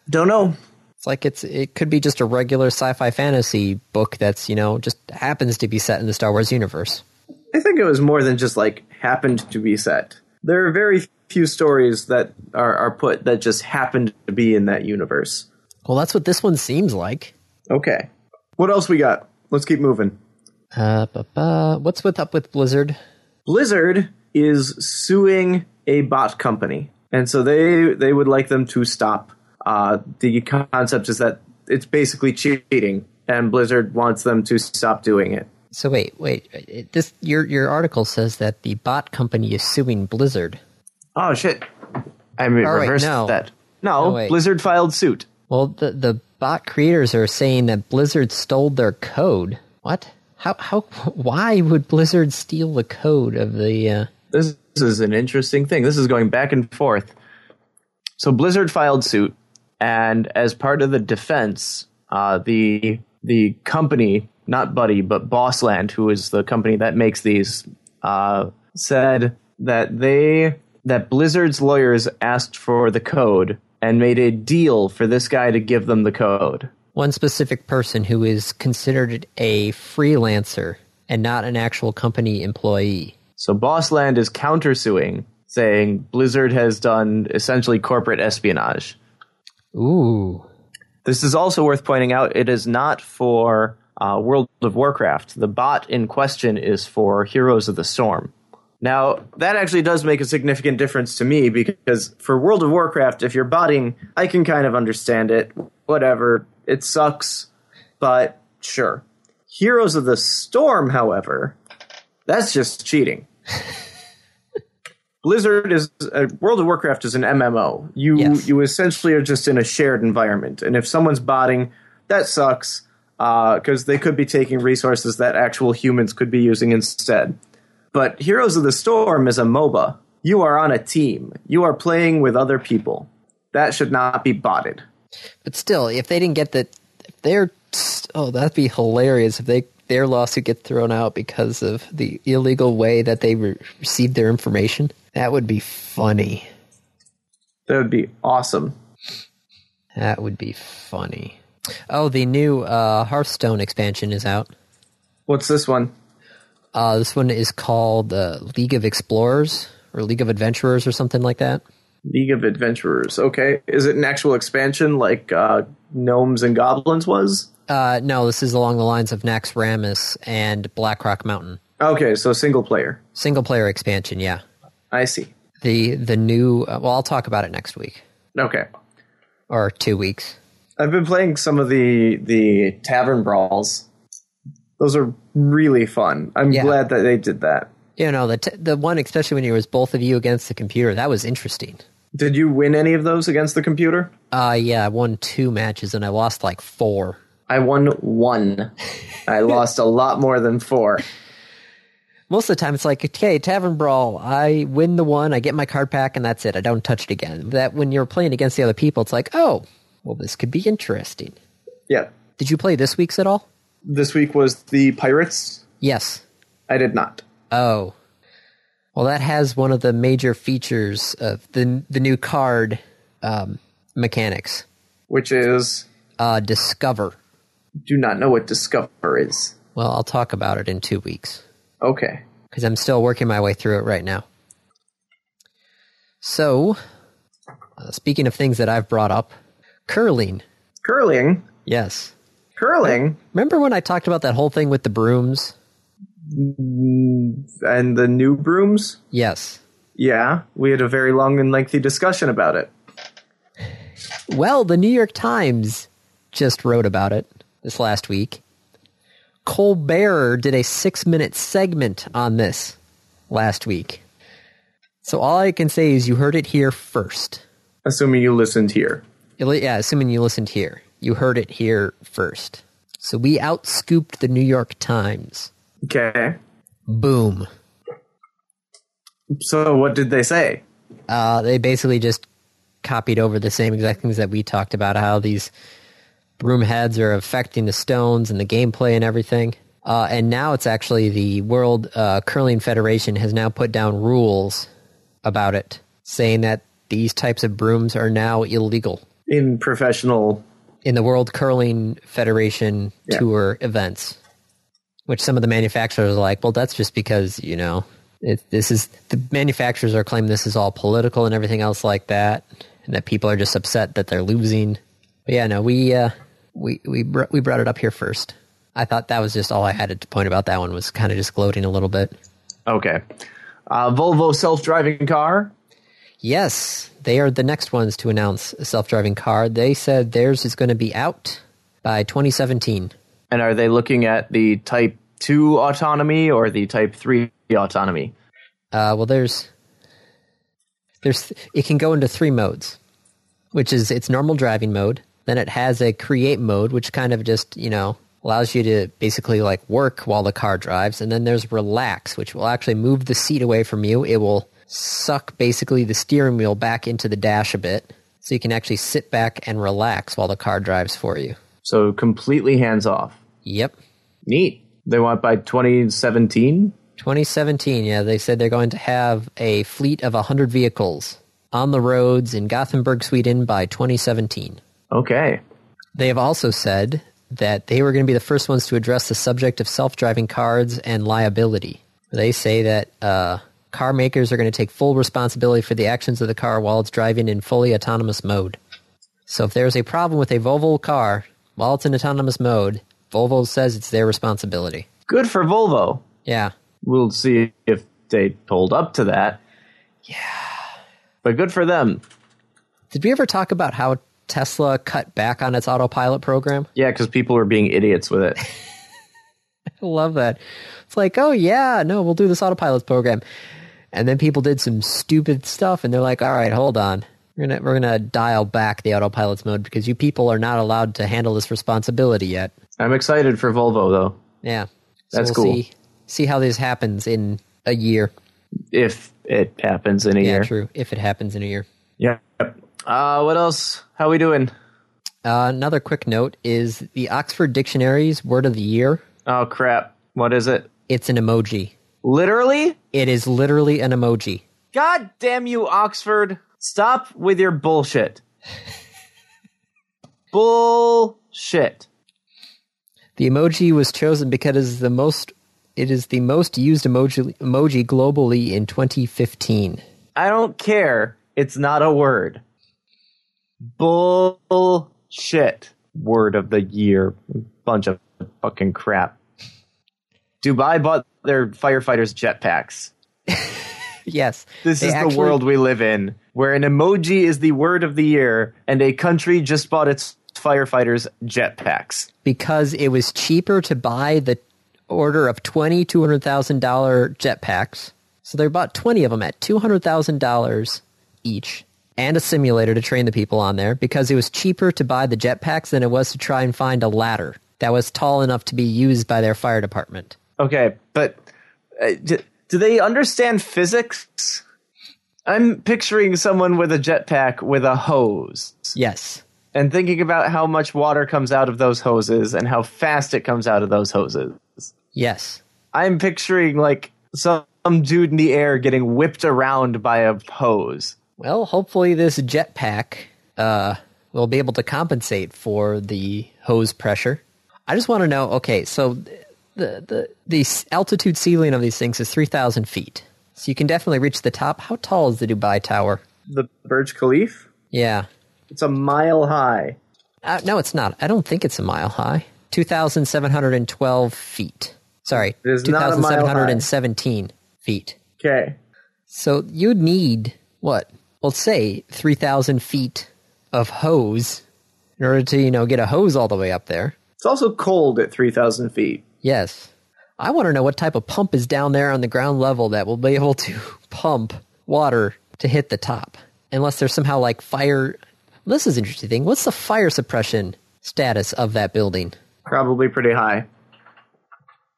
S2: Don't know.
S1: It's like it's it could be just a regular sci-fi fantasy book that's, you know, just happens to be set in the Star Wars universe.
S2: I think it was more than just like happened to be set. There are very few stories that are, are put that just happened to be in that universe.
S1: Well, that's what this one seems like.
S2: Okay. What else we got? Let's keep moving.
S1: Uh, ba- ba. what's with up with Blizzard?
S2: Blizzard is suing a bot company, and so they they would like them to stop. Uh, the concept is that it's basically cheating, and Blizzard wants them to stop doing it.
S1: So wait, wait. it- This your your article says that the bot company is suing Blizzard.
S4: Oh shit! I mean,
S1: Oh, wait,
S4: reversed
S1: no.
S4: that. No,
S1: No, wait.
S4: Blizzard filed suit.
S1: Well, the the bot creators are saying that Blizzard stole their code. What? How how [laughs] why would Blizzard steal the code of the uh
S4: this is an interesting thing. This is going back and forth. So Blizzard filed suit, and as part of the defense, uh, the the company, not Buddy, but Bossland, who is the company that makes these, uh, said that they that Blizzard's lawyers asked for the code and made a deal for this guy to give them the code.
S1: one specific person who is considered a freelancer and not an actual company employee?
S4: So Bossland is countersuing, saying Blizzard has done essentially corporate espionage.
S1: Ooh.
S4: This is also worth pointing out. It is not for uh, World of Warcraft. The bot in question is for Heroes of the Storm.
S2: Now, that actually does make a significant difference to me because for World of Warcraft, if you're botting, I can kind of understand it. Whatever. It sucks, but sure. Heroes of the Storm, however, that's just cheating.
S5: Blizzard is uh, World of Warcraft is an MMO. You
S1: Yes.
S5: you essentially are just in a shared environment, and if someone's botting, that sucks because they could be taking resources that actual humans could be using instead. But Heroes of the Storm is a MOBA. You are on a team. You are playing with other people. That should not be botted.
S1: But still, if they didn't get the, if they're oh, that'd be hilarious if they their lawsuit gets thrown out because of the illegal way that they re- received their information. That would be funny.
S5: That would be awesome.
S1: That would be funny. Oh, the new uh, Hearthstone expansion is out.
S5: What's this one?
S1: Uh, this one is called uh, League of Explorers or League of Adventurers or something like that.
S5: League of Adventurers. Okay, is it an actual expansion like uh, Gnomes and Goblins was?
S1: Uh, no, this is along the lines of Nax Rammus and Blackrock Mountain.
S5: Okay, so single player.
S1: Single player expansion, yeah.
S5: I see.
S1: The the new uh, well, I'll talk about it next week
S5: Okay.
S1: or two weeks.
S5: I've been playing some of the the tavern brawls. Those are really fun. I'm
S1: Yeah.
S5: glad that they did that.
S1: You know, the t- the one especially when it was both of you against the computer, that was interesting.
S5: Did you win any of those against the computer?
S1: Uh yeah, I won two matches and I lost like four.
S5: I won one. I lost a lot more than four.
S1: Most of the time, it's like, okay, Tavern Brawl, I win the one, I get my card pack, and that's it. I don't touch it again. That when you're playing against the other people, it's like, oh, well, this could be interesting.
S5: Yeah.
S1: Did you play this week's at all?
S5: This week was the pirates.
S1: Yes.
S5: I did not.
S1: Oh. Well, that has one of the major features of the the new card um, mechanics.
S5: Which is
S1: Uh, discover.
S5: do not know what discover is.
S1: Well, I'll talk about it in two weeks.
S5: Okay.
S1: because I'm still working my way through it right now. So, uh, speaking of things that I've brought up, curling.
S5: Curling.
S1: Yes.
S5: Curling
S1: Remember when I talked about that whole thing with the brooms?
S5: and the new brooms?
S1: Yes.
S5: Yeah, we had a very long and lengthy discussion about it.
S1: Well, the New York Times just wrote about it this last week. Colbert did a six minute segment on this last week. So, all I can say is you heard it here first.
S5: Assuming you listened here.
S1: Yeah, assuming you listened here. You heard it here first. So we outscooped the New York Times.
S5: Okay.
S1: Boom.
S5: So what did they say?
S1: Uh, they basically just copied over the same exact things that we talked about how these broom heads are affecting the stones and the gameplay and everything. Uh, and now it's actually the World uh, Curling Federation has now put down rules about it, saying that these types of brooms are now illegal.
S5: In professional
S1: in the World Curling Federation
S5: Yeah.
S1: tour events, which some of the manufacturers are like, well, that's just because you know it, this is the manufacturers are claiming this is all political and everything else like that, and that people are just upset that they're losing. But yeah, no, we uh, we we br- we brought it up here first. I thought that was just all I had to point about that one was kind of just gloating a little bit.
S2: Okay. Uh, Volvo self driving car.
S1: Yes, they are the next ones to announce a self-driving car. They said theirs is going to be out by 2017.
S2: And are they looking at the Type 2 autonomy or the Type 3 autonomy?
S1: Uh, well, there's there's it can go into three modes, which is its normal driving mode. Then it has a create mode, which kind of just you know allows you to basically like work while the car drives. And then there's relax, which will actually move the seat away from you. It will suck basically the steering wheel back into the dash a bit, so you can actually sit back and relax while the car drives for you.
S2: So completely hands off.
S1: Yep.
S2: Neat. They want by 2017?
S1: 2017, yeah, they said they're going to have a fleet of 100 vehicles on the roads in Gothenburg, Sweden by 2017.
S2: Okay.
S1: They have also said that they were going to be the first ones to address the subject of self driving cars and liability. They say that uh, car makers are going to take full responsibility for the actions of the car while it's driving in fully autonomous mode. So if there's a problem with a Volvo car while it's in autonomous mode, Volvo says it's their responsibility.
S2: Good for Volvo.
S1: Yeah.
S2: We'll see if they hold up to that. Yeah. But good for them.
S1: Did we ever talk about how Tesla cut back on its autopilot program?
S2: Yeah, because people were being idiots with it.
S1: [laughs] I love that. It's like, oh yeah, no, we'll do this autopilot program. And then people did some stupid stuff, and they're like, "All right, hold on, we're gonna we're gonna dial back the autopilot's mode because you people are not allowed to handle this responsibility yet."
S2: I'm excited for Volvo though.
S1: Yeah, so
S2: That's
S1: we'll
S2: cool.
S1: See, see how this happens in a year.
S2: If it happens in a
S1: Yeah,
S2: year.
S1: true. If it happens in a year.
S2: Yeah. Uh, what else? How we doing?
S1: Uh, another quick note is the Oxford Dictionary's word of the year.
S2: Oh crap! What is it?
S1: It's an emoji.
S2: Literally?
S1: It is literally an emoji.
S2: God damn you, Oxford! Stop with your bullshit.
S1: [laughs]
S2: bullshit.
S1: The emoji was chosen because it is the most it is the most used emoji emoji globally in 2015.
S2: I don't care. It's not a word. Bullshit. Word of the year. Bunch of fucking crap. Dubai bought their firefighters jetpacks.
S1: Yes.
S2: This
S1: They
S2: is
S1: actually-
S2: the world we live in, where an emoji is the word of the year, and a country just bought its firefighters jetpacks.
S1: because it was cheaper to buy the order of 20 $200,000 jetpacks. So they bought 20 of them at $200,000 each and a simulator to train the people on there because it was cheaper to buy the jetpacks than it was to try and find a ladder that was tall enough to be used by their fire department.
S2: Okay, but uh, do, do they understand physics? I'm picturing someone with a jetpack with a hose.
S1: Yes.
S2: and thinking about how much water comes out of those hoses and how fast it comes out of those hoses.
S1: Yes.
S2: I'm picturing like some dude in the air getting whipped around by a hose.
S1: Well, hopefully this jetpack uh, will be able to compensate for the hose pressure. I just want to know. Okay, so th- the the the s- altitude ceiling of these things is three thousand feet, so you can definitely reach the top. How tall is the Dubai Tower?
S5: The Burj Khalif?
S1: Yeah,
S5: It's a mile high.
S1: uh, no, it's not. I don't think it's a mile high. Two thousand seven hundred and twelve feet. Sorry,
S5: It is
S1: two
S5: not a
S1: thousand
S5: mile
S1: seven
S5: high.
S1: hundred and seventeen feet.
S5: Okay.
S1: So you'd need what? Well, say three thousand feet of hose in order to you know get a hose all the way up there.
S5: It's also cold at 3,000 feet.
S1: Yes, I want to know what type of pump is down there on the ground level that will be able to [laughs] pump water to hit the top. Unless there's somehow like fire. This is an interesting thing. What's the fire suppression status of that building?
S5: Probably pretty high.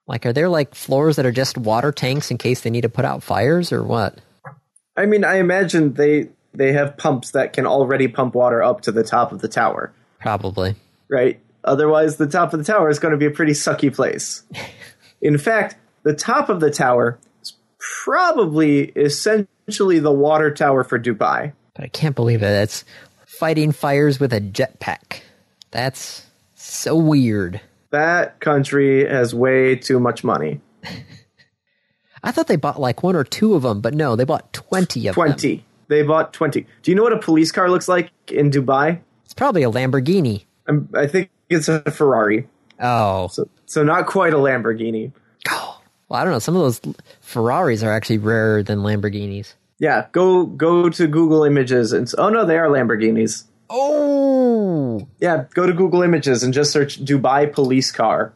S1: Like, are there like floors that are just water tanks in case they need to put out fires or what?
S5: I mean, I imagine they they have pumps that can already pump water up to the top of the tower,
S1: Probably.
S5: right? Otherwise, the top of the tower is going to be a pretty sucky place. In fact, the top of the tower is probably essentially the water tower for Dubai.
S1: But I can't believe it. That's fighting fires with a jetpack. That's so weird.
S5: That country has way too much money.
S1: I thought they bought like one or two of them, but no, they bought 20 of them.
S5: 20. They bought 20. Do you know what a police car looks like in Dubai?
S1: It's probably a Lamborghini.
S5: I'm, I think it's a Ferrari.
S1: Oh.
S5: So, so not quite a Lamborghini.
S1: Well, I don't know. Some of those Ferraris are actually rarer than Lamborghinis.
S5: Yeah, go go to Google Images and s- oh no, they are Lamborghinis.
S1: Oh.
S5: Yeah, go to Google Images and just search Dubai police car.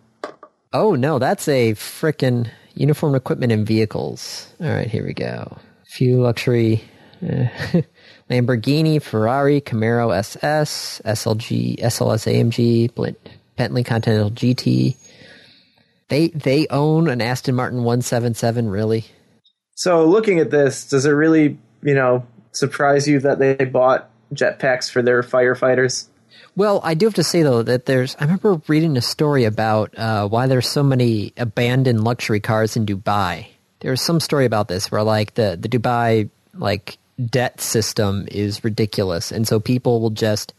S1: Oh, no, that's a frickin' uniform equipment and vehicles. All right, here we go. Few luxury eh, [laughs] Lamborghini, Ferrari, Camaro SS, SLG, SLS AMG, Blint, Bentley Continental GT. They they own an Aston Martin 177, really?
S5: So looking at this, does it really you know surprise you that they bought jetpacks for their firefighters?
S1: Well, I do have to say though that there's. I remember reading a story about uh, why there's so many abandoned luxury cars in Dubai. There was some story about this where like the the Dubai like debt system is ridiculous, and so people will just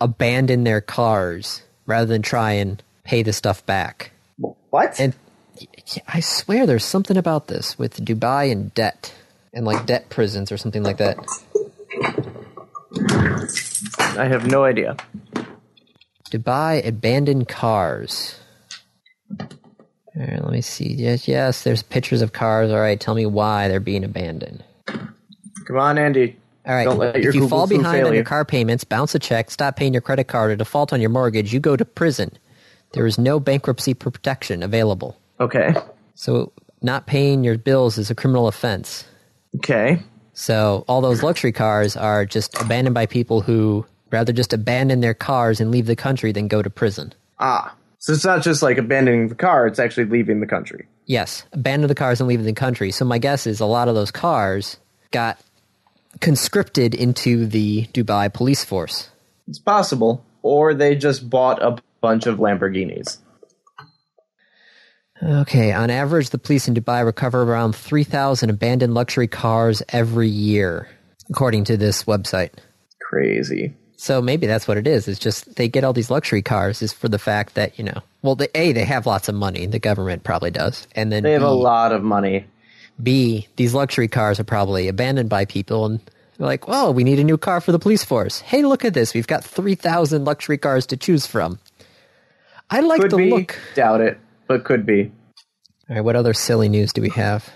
S1: abandon their cars rather than try and pay the stuff back.
S5: What?
S1: And I swear there's something about this with Dubai and debt and like debt prisons or something like that.
S5: I have no idea.
S1: Dubai abandoned cars. All right, let me see. Yes, yes, there's pictures of cars. All right, tell me why they're being abandoned.
S5: Come on, Andy.
S1: All right,
S5: Don't let
S1: if
S5: your
S1: you
S5: Google
S1: fall
S5: fool
S1: behind
S5: fail
S1: on your
S5: you.
S1: car payments, bounce a check, stop paying your credit card, or default on your mortgage, you go to prison. There is no bankruptcy protection available.
S5: Okay.
S1: So, not paying your bills is a criminal offense.
S2: Okay.
S1: So all those luxury cars are just abandoned by people who rather just abandon their cars and leave the country than go to prison.
S2: Ah. So it's not just like abandoning the car, it's actually leaving the country.
S1: Yes, abandon the cars and leave the country. So my guess is a lot of those cars got conscripted into the Dubai police force.
S2: It's possible. Or they just bought a bunch of Lamborghinis.
S1: Okay, on average, the police in Dubai recover around 3,000 abandoned luxury cars every year, according to this website.
S2: Crazy.
S1: So maybe that's what it is. It's just they get all these luxury cars is for the fact that, you know, well, they, A, they have lots of money. The government probably does. And then
S2: They have
S1: B,
S2: a lot of money.
S1: B, these luxury cars are probably abandoned by people and they're like, well, we need a new car for the police force. Hey, look at this. We've got 3,000 luxury cars to choose from. I like
S2: Could
S1: the
S2: be.
S1: look.
S2: Doubt it, but could be.
S1: All right, what other silly news do we have?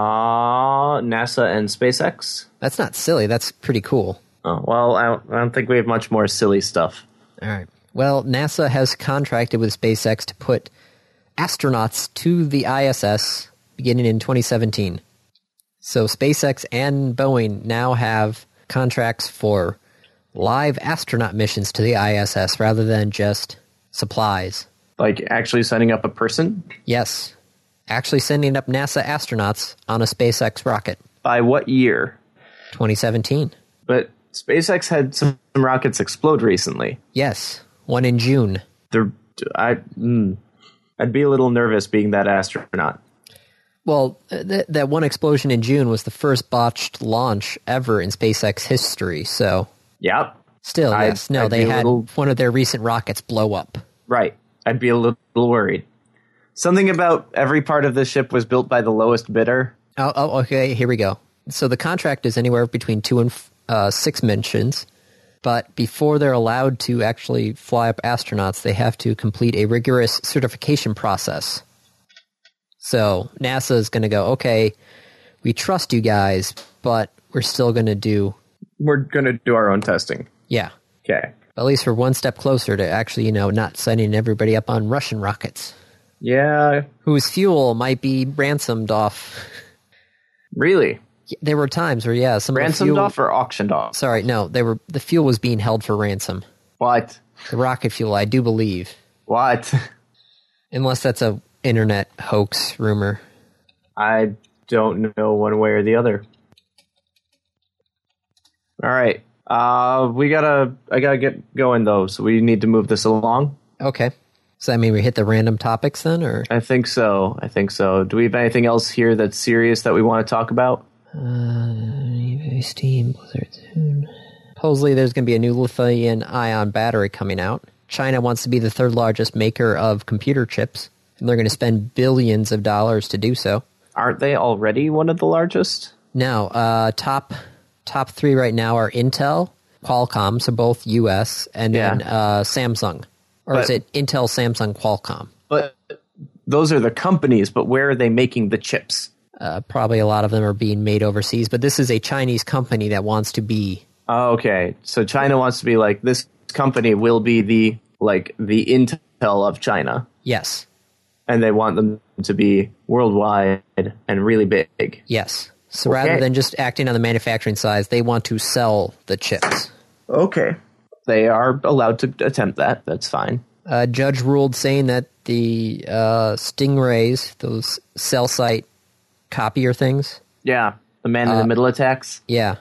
S2: Ah, NASA and SpaceX.
S1: That's not silly. That's pretty cool.
S2: Oh, well, I don't, I don't think we have much more silly stuff.
S1: All right. Well, NASA has contracted with SpaceX to put astronauts to the ISS beginning in 2017. So SpaceX and Boeing now have contracts for live astronaut missions to the ISS rather than just supplies.
S2: Like actually signing up a person?
S1: Yes, actually sending up NASA astronauts on a SpaceX rocket.
S2: By what year?
S1: 2017.
S2: But SpaceX had some, some rockets explode recently.
S1: Yes, one in June.
S2: They're, I, mm, I'd be a little nervous being that astronaut.
S1: Well, uh, th- that one explosion in June was the first botched launch ever in SpaceX history. So,
S2: Yep.
S1: still,
S2: I'd-
S1: yes, no,
S2: I'd
S1: they
S2: be a
S1: had
S2: little-
S1: one of their recent rockets blow up.
S2: Right. I'd be a little worried. Something about every part of this ship was built by the lowest bidder.
S1: Oh, oh okay, here we go. So the contract is anywhere between two and f- uh, six mentions, but before they're allowed to actually fly up astronauts, they have to complete a rigorous certification process. So NASA is going to go, okay, we trust you guys, but we're still going to do,
S2: We're going to do our own testing.
S1: yeah,
S2: Okay.
S1: at least we're one step closer to actually, you know, not sending everybody up on Russian rockets,
S2: Yeah.
S1: whose fuel might be ransomed off.
S2: Really?
S1: There were times where, yeah, some of the
S2: Ransomed
S1: fuel,
S2: off or auctioned off?
S1: Sorry, no, they were the fuel was being held for ransom.
S2: What?
S1: The rocket fuel, I do believe,
S2: What? [laughs]
S1: unless that's a internet hoax rumor.
S2: I don't know one way or the other. All right. Uh, we gotta. I gotta get going though, so we need to move this along.
S1: Okay, so I mean, we hit the random topics then, or
S2: I think so. I think so. Do we have anything else here that's serious that we want to talk about?
S1: Steam Blizzard soon. Supposedly, there's going to be a new lithium-ion battery coming out. China wants to be the third largest maker of computer chips, and they're going to spend billions of dollars to do so.
S2: Aren't they already one of the largest?
S1: No, uh, top top three right now are Intel, Qualcomm, so both U.S. and then
S2: Yeah.
S1: uh, Samsung, or is
S2: But-
S1: it Intel, Samsung, Qualcomm?
S2: But those are the companies. But where are they making the chips?
S1: Uh, probably a lot of them are being made overseas, but this is a Chinese company that wants to be
S2: Oh, okay, so China wants to be like this company will be the like the Intel of China.
S1: yes,
S2: and they want them to be worldwide and really big.
S1: yes. So rather
S2: Okay.
S1: than just acting on the manufacturing size, they want to sell the chips.
S2: Okay. They are allowed to attempt that. That's fine.
S1: A judge ruled saying that the uh, Stingrays, those cell site copier things,
S2: Yeah. The man
S1: Uh,
S2: in the middle attacks.
S1: yeah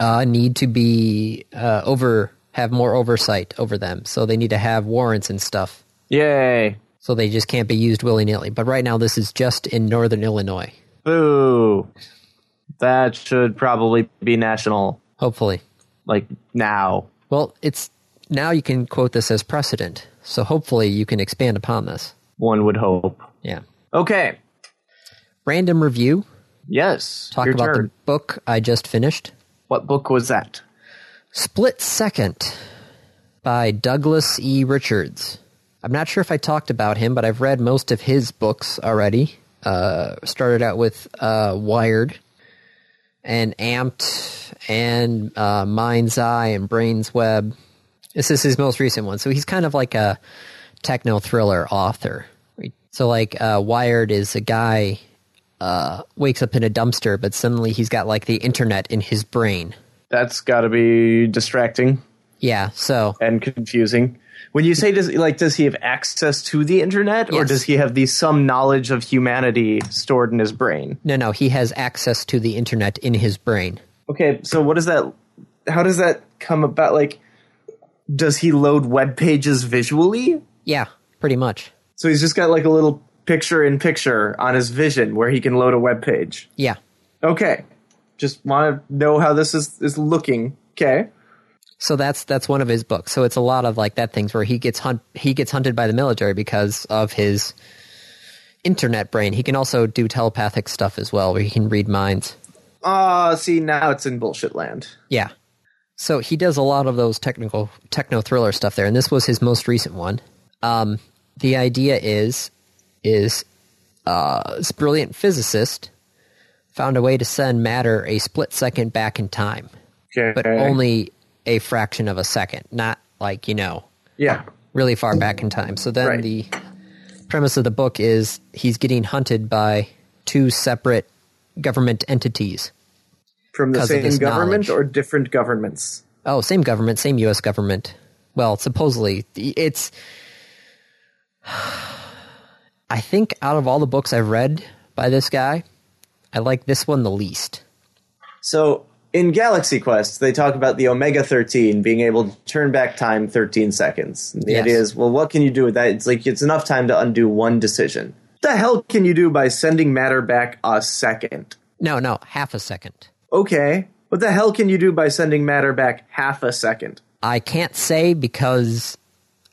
S1: uh, need to be uh, over have more oversight over them so they need to have warrants and stuff
S2: Yay.
S1: so they just can't be used willy-nilly but right now this is just in northern illinois
S2: Boo. That should probably be national,
S1: hopefully
S2: like now.
S1: well it's now you can quote this as precedent so hopefully you can expand upon this
S2: One would hope.
S1: yeah
S2: Okay.
S1: random review
S2: Yes.
S1: talk
S2: your
S1: about
S2: turn.
S1: the book i just finished
S2: What book was that?
S1: Split Second by Douglas E. Richards. I'm not sure if I talked about him, but I've read most of his books already. Uh, started out with uh, Wired and Amped and uh, Mind's Eye and Brain's Web. This is his most recent one. So he's kind of like a techno thriller author. So, like, uh, Wired is a guy uh, wakes up in a dumpster, but suddenly he's got like the internet in his brain.
S2: That's got to be distracting
S1: Yeah, so
S2: and confusing. When you say does like does he have access to the internet or
S1: Yes.
S2: does he have the some knowledge of humanity stored in his brain?
S1: no, no, he has access to the internet in his brain.
S2: Okay, so what does that? How does that come about? Like, does he load web pages visually?
S1: Yeah, pretty much.
S2: So he's just got like a little picture in picture on his vision where he can load a web page.
S1: Yeah,
S2: Okay, just want to know how this is is looking. Okay,
S1: so that's that's one of his books. So it's a lot of like that things where he gets hunt he gets hunted by the military because of his internet brain. He can also do telepathic stuff as well, where he can read minds.
S2: ah, see now it's in bullshit land.
S1: Yeah. So he does a lot of those technical techno thriller stuff there, and this was his most recent one. Um, the idea is is uh, this brilliant physicist found a way to send matter a split second back in time,
S2: Okay,
S1: but only a fraction of a second, not like you know
S2: yeah.
S1: really far back in time. So then
S2: Right.
S1: the premise of the book is he's getting hunted by two separate government entities.
S2: From the
S1: 'Cause of
S2: same
S1: his knowledge.
S2: government or different governments?
S1: Oh, same government, same U.S. government. Well, supposedly it's. [sighs] I think out of all the books I've read by this guy, I like this one the least.
S2: So in Galaxy Quest, they talk about the Omega 13 being able to turn back time 13 seconds. And the
S1: Yes.
S2: idea is, well, what can you do with that? It's like it's enough time to undo one decision. What the hell can you do by sending matter back a second?
S1: No, no, half a second.
S2: Okay. What the hell can you do by sending matter back half a second?
S1: I can't say because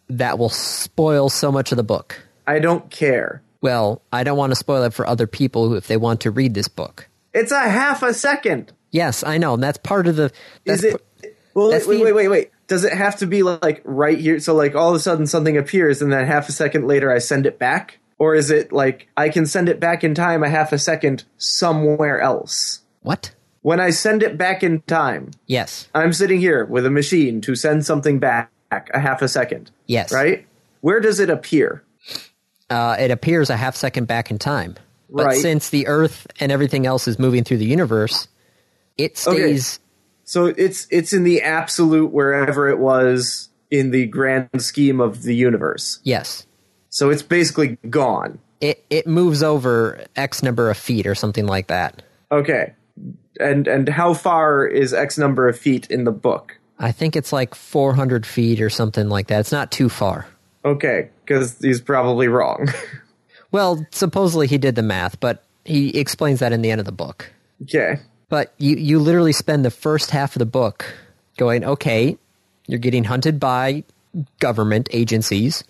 S1: that will spoil so much of the book.
S2: I don't care.
S1: Well, I don't want to spoil it for other people who, if they want to read this book.
S2: It's a half a second.
S1: Yes, I know, and that's part of the. That's
S2: Is it? Well, wait,
S1: that's
S2: wait,
S1: the-
S2: wait, wait, wait. Does it have to be like right here? So like all of a sudden something appears, and then half a second later I send it back, or is it like I can send it back in time a half a second somewhere else?
S1: what?
S2: When I send it back in time,
S1: Yes,
S2: I'm sitting here with a machine to send something back a half a second,
S1: yes.
S2: right? Where does it appear?
S1: uh, it appears a half second back in time. But
S2: Right.
S1: since the Earth and everything else is moving through the universe, it
S2: Okay.
S1: stays.
S2: So it's it's in the absolute wherever it was in the grand scheme of the universe.
S1: Yes,
S2: So it's basically gone.
S1: it it moves over x number of feet or something like that.
S2: Okay. And and how far is X number of feet in the book?
S1: I think it's like 400 feet or something like that. It's not too far.
S2: Okay, because he's probably wrong. [laughs]
S1: Well, supposedly he did the math, but he explains that in the end of the book.
S2: okay.
S1: But you, you literally spend the first half of the book going, okay, you're getting hunted by government agencies.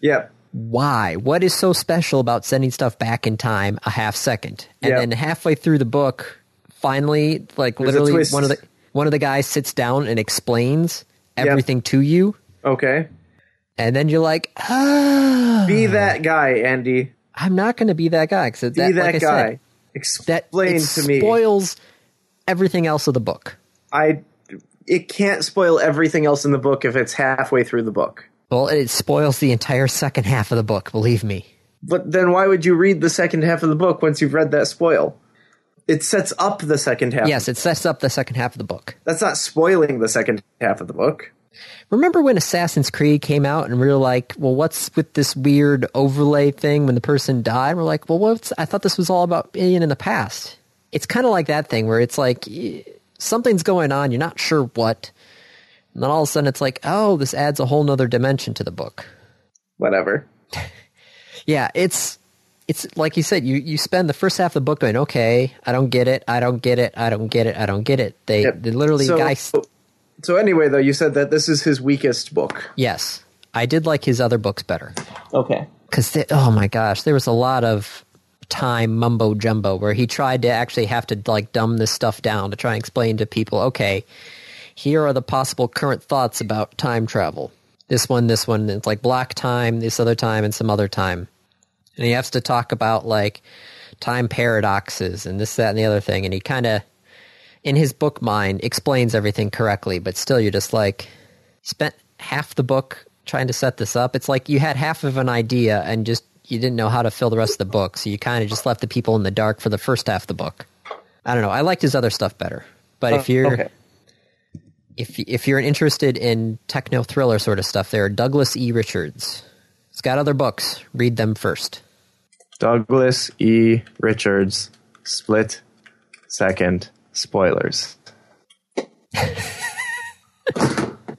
S2: Yep.
S1: why? What is so special about sending stuff back in time a half second? And
S2: Yeah.
S1: then halfway through the book, finally, like
S2: a
S1: literally
S2: twist.
S1: one of the one of the guys sits down and explains everything to you,
S2: Okay.
S1: and then you're like, ah,
S2: Be that guy, Andy.
S1: I'm not going to be that guy because
S2: Be
S1: that,
S2: that
S1: like I
S2: guy.
S1: said, that
S2: Explain
S1: it
S2: to me.
S1: spoils everything else of the book.
S2: I it can't spoil everything else in the book if it's halfway through the book.
S1: Well, it spoils the entire second half of the book. Believe me.
S2: But then why would you read the second half of the book once you've read that spoil? It sets up the second half.
S1: Yes, it sets up the second half of the book.
S2: That's not spoiling the second half of the book.
S1: Remember when Assassin's Creed came out and we were like, well, what's with this weird overlay thing when the person died? We're like, well, what's, I thought this was all about being in the past. It's kind of like that thing where it's like y- something's going on, you're not sure what. And then all of a sudden it's like, oh, this adds a whole nother dimension to the book.
S2: Whatever.
S1: Yeah, it's, it's like you said, you, you spend the first half of the book going, okay, I don't get it, I don't get it, I don't get it, I don't get it. They,
S2: Yep.
S1: they literally,
S2: So- oh.
S1: guys,
S2: So anyway, though, you said that this is his weakest book.
S1: yes, I did like his other books better.
S2: Okay.
S1: because oh my gosh, there was a lot of time mumbo jumbo where he tried to actually have to like dumb this stuff down to try and explain to people, okay, here are the possible current thoughts about time travel. This one, this one, it's like black time, this other time, and some other time. And he has to talk about like time paradoxes and this, that, and the other thing. And he kind of, in his book mind, explains everything correctly, but still you're just like, spent half the book trying to set this up. It's like you had half of an idea and just you didn't know how to fill the rest of the book, so you kind of just left the people in the dark for the first half of the book. I don't know. I liked his other stuff better, but if you're
S2: okay.
S1: if if you're interested in techno thriller sort of stuff, there are Douglas E. Richards. He's got other books. Read them first.
S2: Douglas E. Richards, split second spoilers.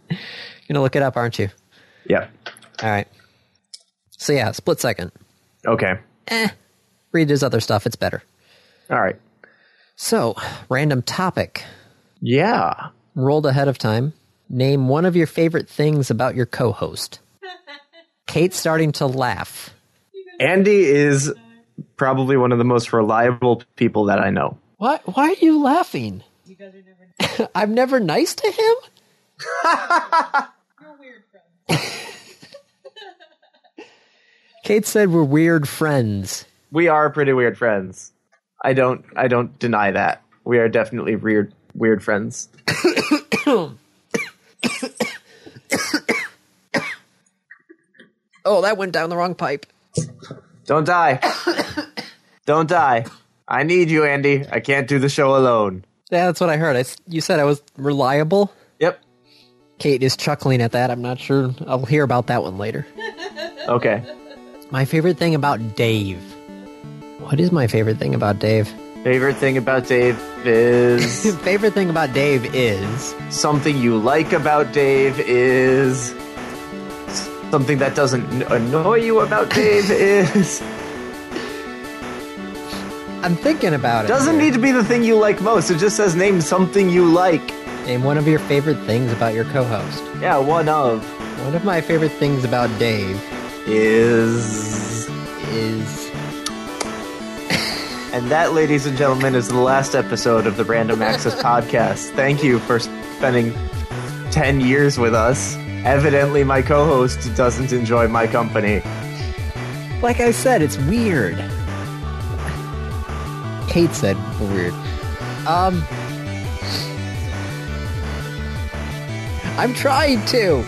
S1: You're gonna look it up, aren't you?
S2: Yep.
S1: All right. So yeah, split second.
S2: Okay.
S1: Read his other stuff. It's better.
S2: All right.
S1: So, random topic.
S2: Yeah.
S1: rolled ahead of time. Name one of your favorite things about your co host. Kate's starting to laugh.
S2: Andy is probably one of the most reliable people that I know.
S1: Why, why are you laughing?
S6: You guys are
S1: [laughs]
S6: never.
S1: I'm never nice to him?
S6: You're weird friends.
S1: [laughs] Kate said we're weird friends.
S2: We are pretty weird friends. I don't I don't deny that. We are definitely weird weird friends.
S1: Oh, that went down the wrong pipe.
S2: Don't die. [coughs] don't die. I need you, Andy. I can't do the show alone.
S1: Yeah, that's what I heard. I s you said I was reliable.
S2: Yep.
S1: Kate is chuckling at that. I'm not sure. I'll hear about that one later.
S2: Okay.
S1: My favorite thing about Dave. What is my favorite thing about Dave? [laughs]
S2: Favorite thing about Dave is
S1: favorite thing about Dave is.
S2: something you like about Dave is something that doesn't annoy you about Dave is
S1: I'm thinking about it.
S2: doesn't need to be the thing you like most. It just says name something you like.
S1: Name one of your favorite things about your co host.
S2: Yeah, one of
S1: One of my favorite things about Dave
S2: is
S1: is.
S2: and that ladies and gentlemen is the last episode of the Random Access podcast. Thank you for spending 10 years with us. Evidently my co-host doesn't enjoy my company.
S1: Like I said, it's weird. Kate said weird. Um. I'm trying to.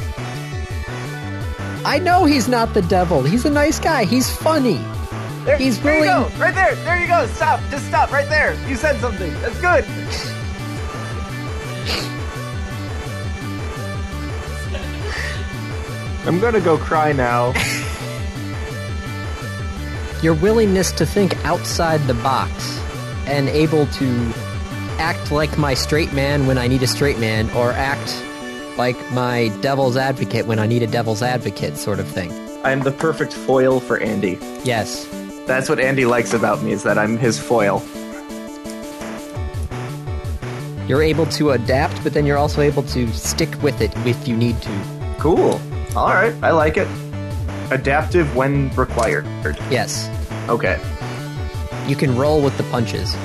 S1: I know he's not the devil. He's a nice guy. He's funny.
S2: There,
S1: He's
S2: there you
S1: willing-
S2: go. Right there. There you go. Stop. Just stop right there. You said something. That's good. I'm gonna go cry now.
S1: Your willingness to think outside the box and able to act like my straight man when I need a straight man, or act like my devil's advocate when I need a devil's advocate, sort of thing.
S2: I'm the perfect foil for Andy.
S1: Yes.
S2: That's what Andy likes about me is that I'm his foil.
S1: You're able to adapt, but then you're also able to stick with it if you need to.
S2: Cool. All right. I like it. Adaptive when required.
S1: Yes.
S2: Okay.
S1: You can roll with the punches.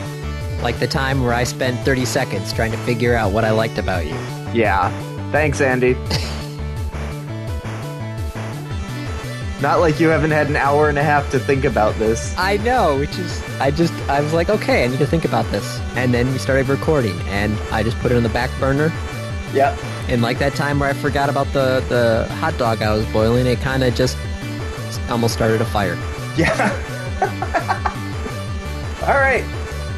S1: Like the time where I spent 30 seconds trying to figure out what I liked about you.
S2: Yeah. Thanks, Andy. Not like you haven't had an hour and a half to think about this.
S1: I know, which is I just I was like, okay, I need to think about this. And then we started recording and I just put it on the back burner.
S2: Yep.
S1: And like that time where I forgot about the the hot dog I was boiling, it kind of just almost started a fire.
S2: Yeah. [laughs] All right.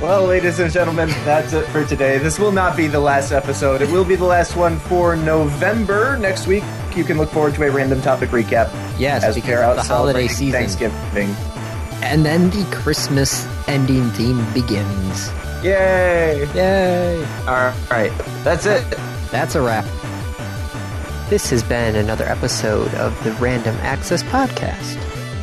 S2: Well, ladies and gentlemen, that's it for today. This will not be the last episode. It will be the last one for November. Next week, you can look forward to a random topic recap.
S1: Yes,
S2: as we
S1: because
S2: are
S1: of
S2: out
S1: the holiday
S2: celebrating
S1: season.
S2: Thanksgiving.
S1: And then the Christmas ending theme begins.
S2: Yay!
S1: Yay!
S2: All right. That's it.
S1: That's a wrap. This has been another episode of the Random Access Podcast.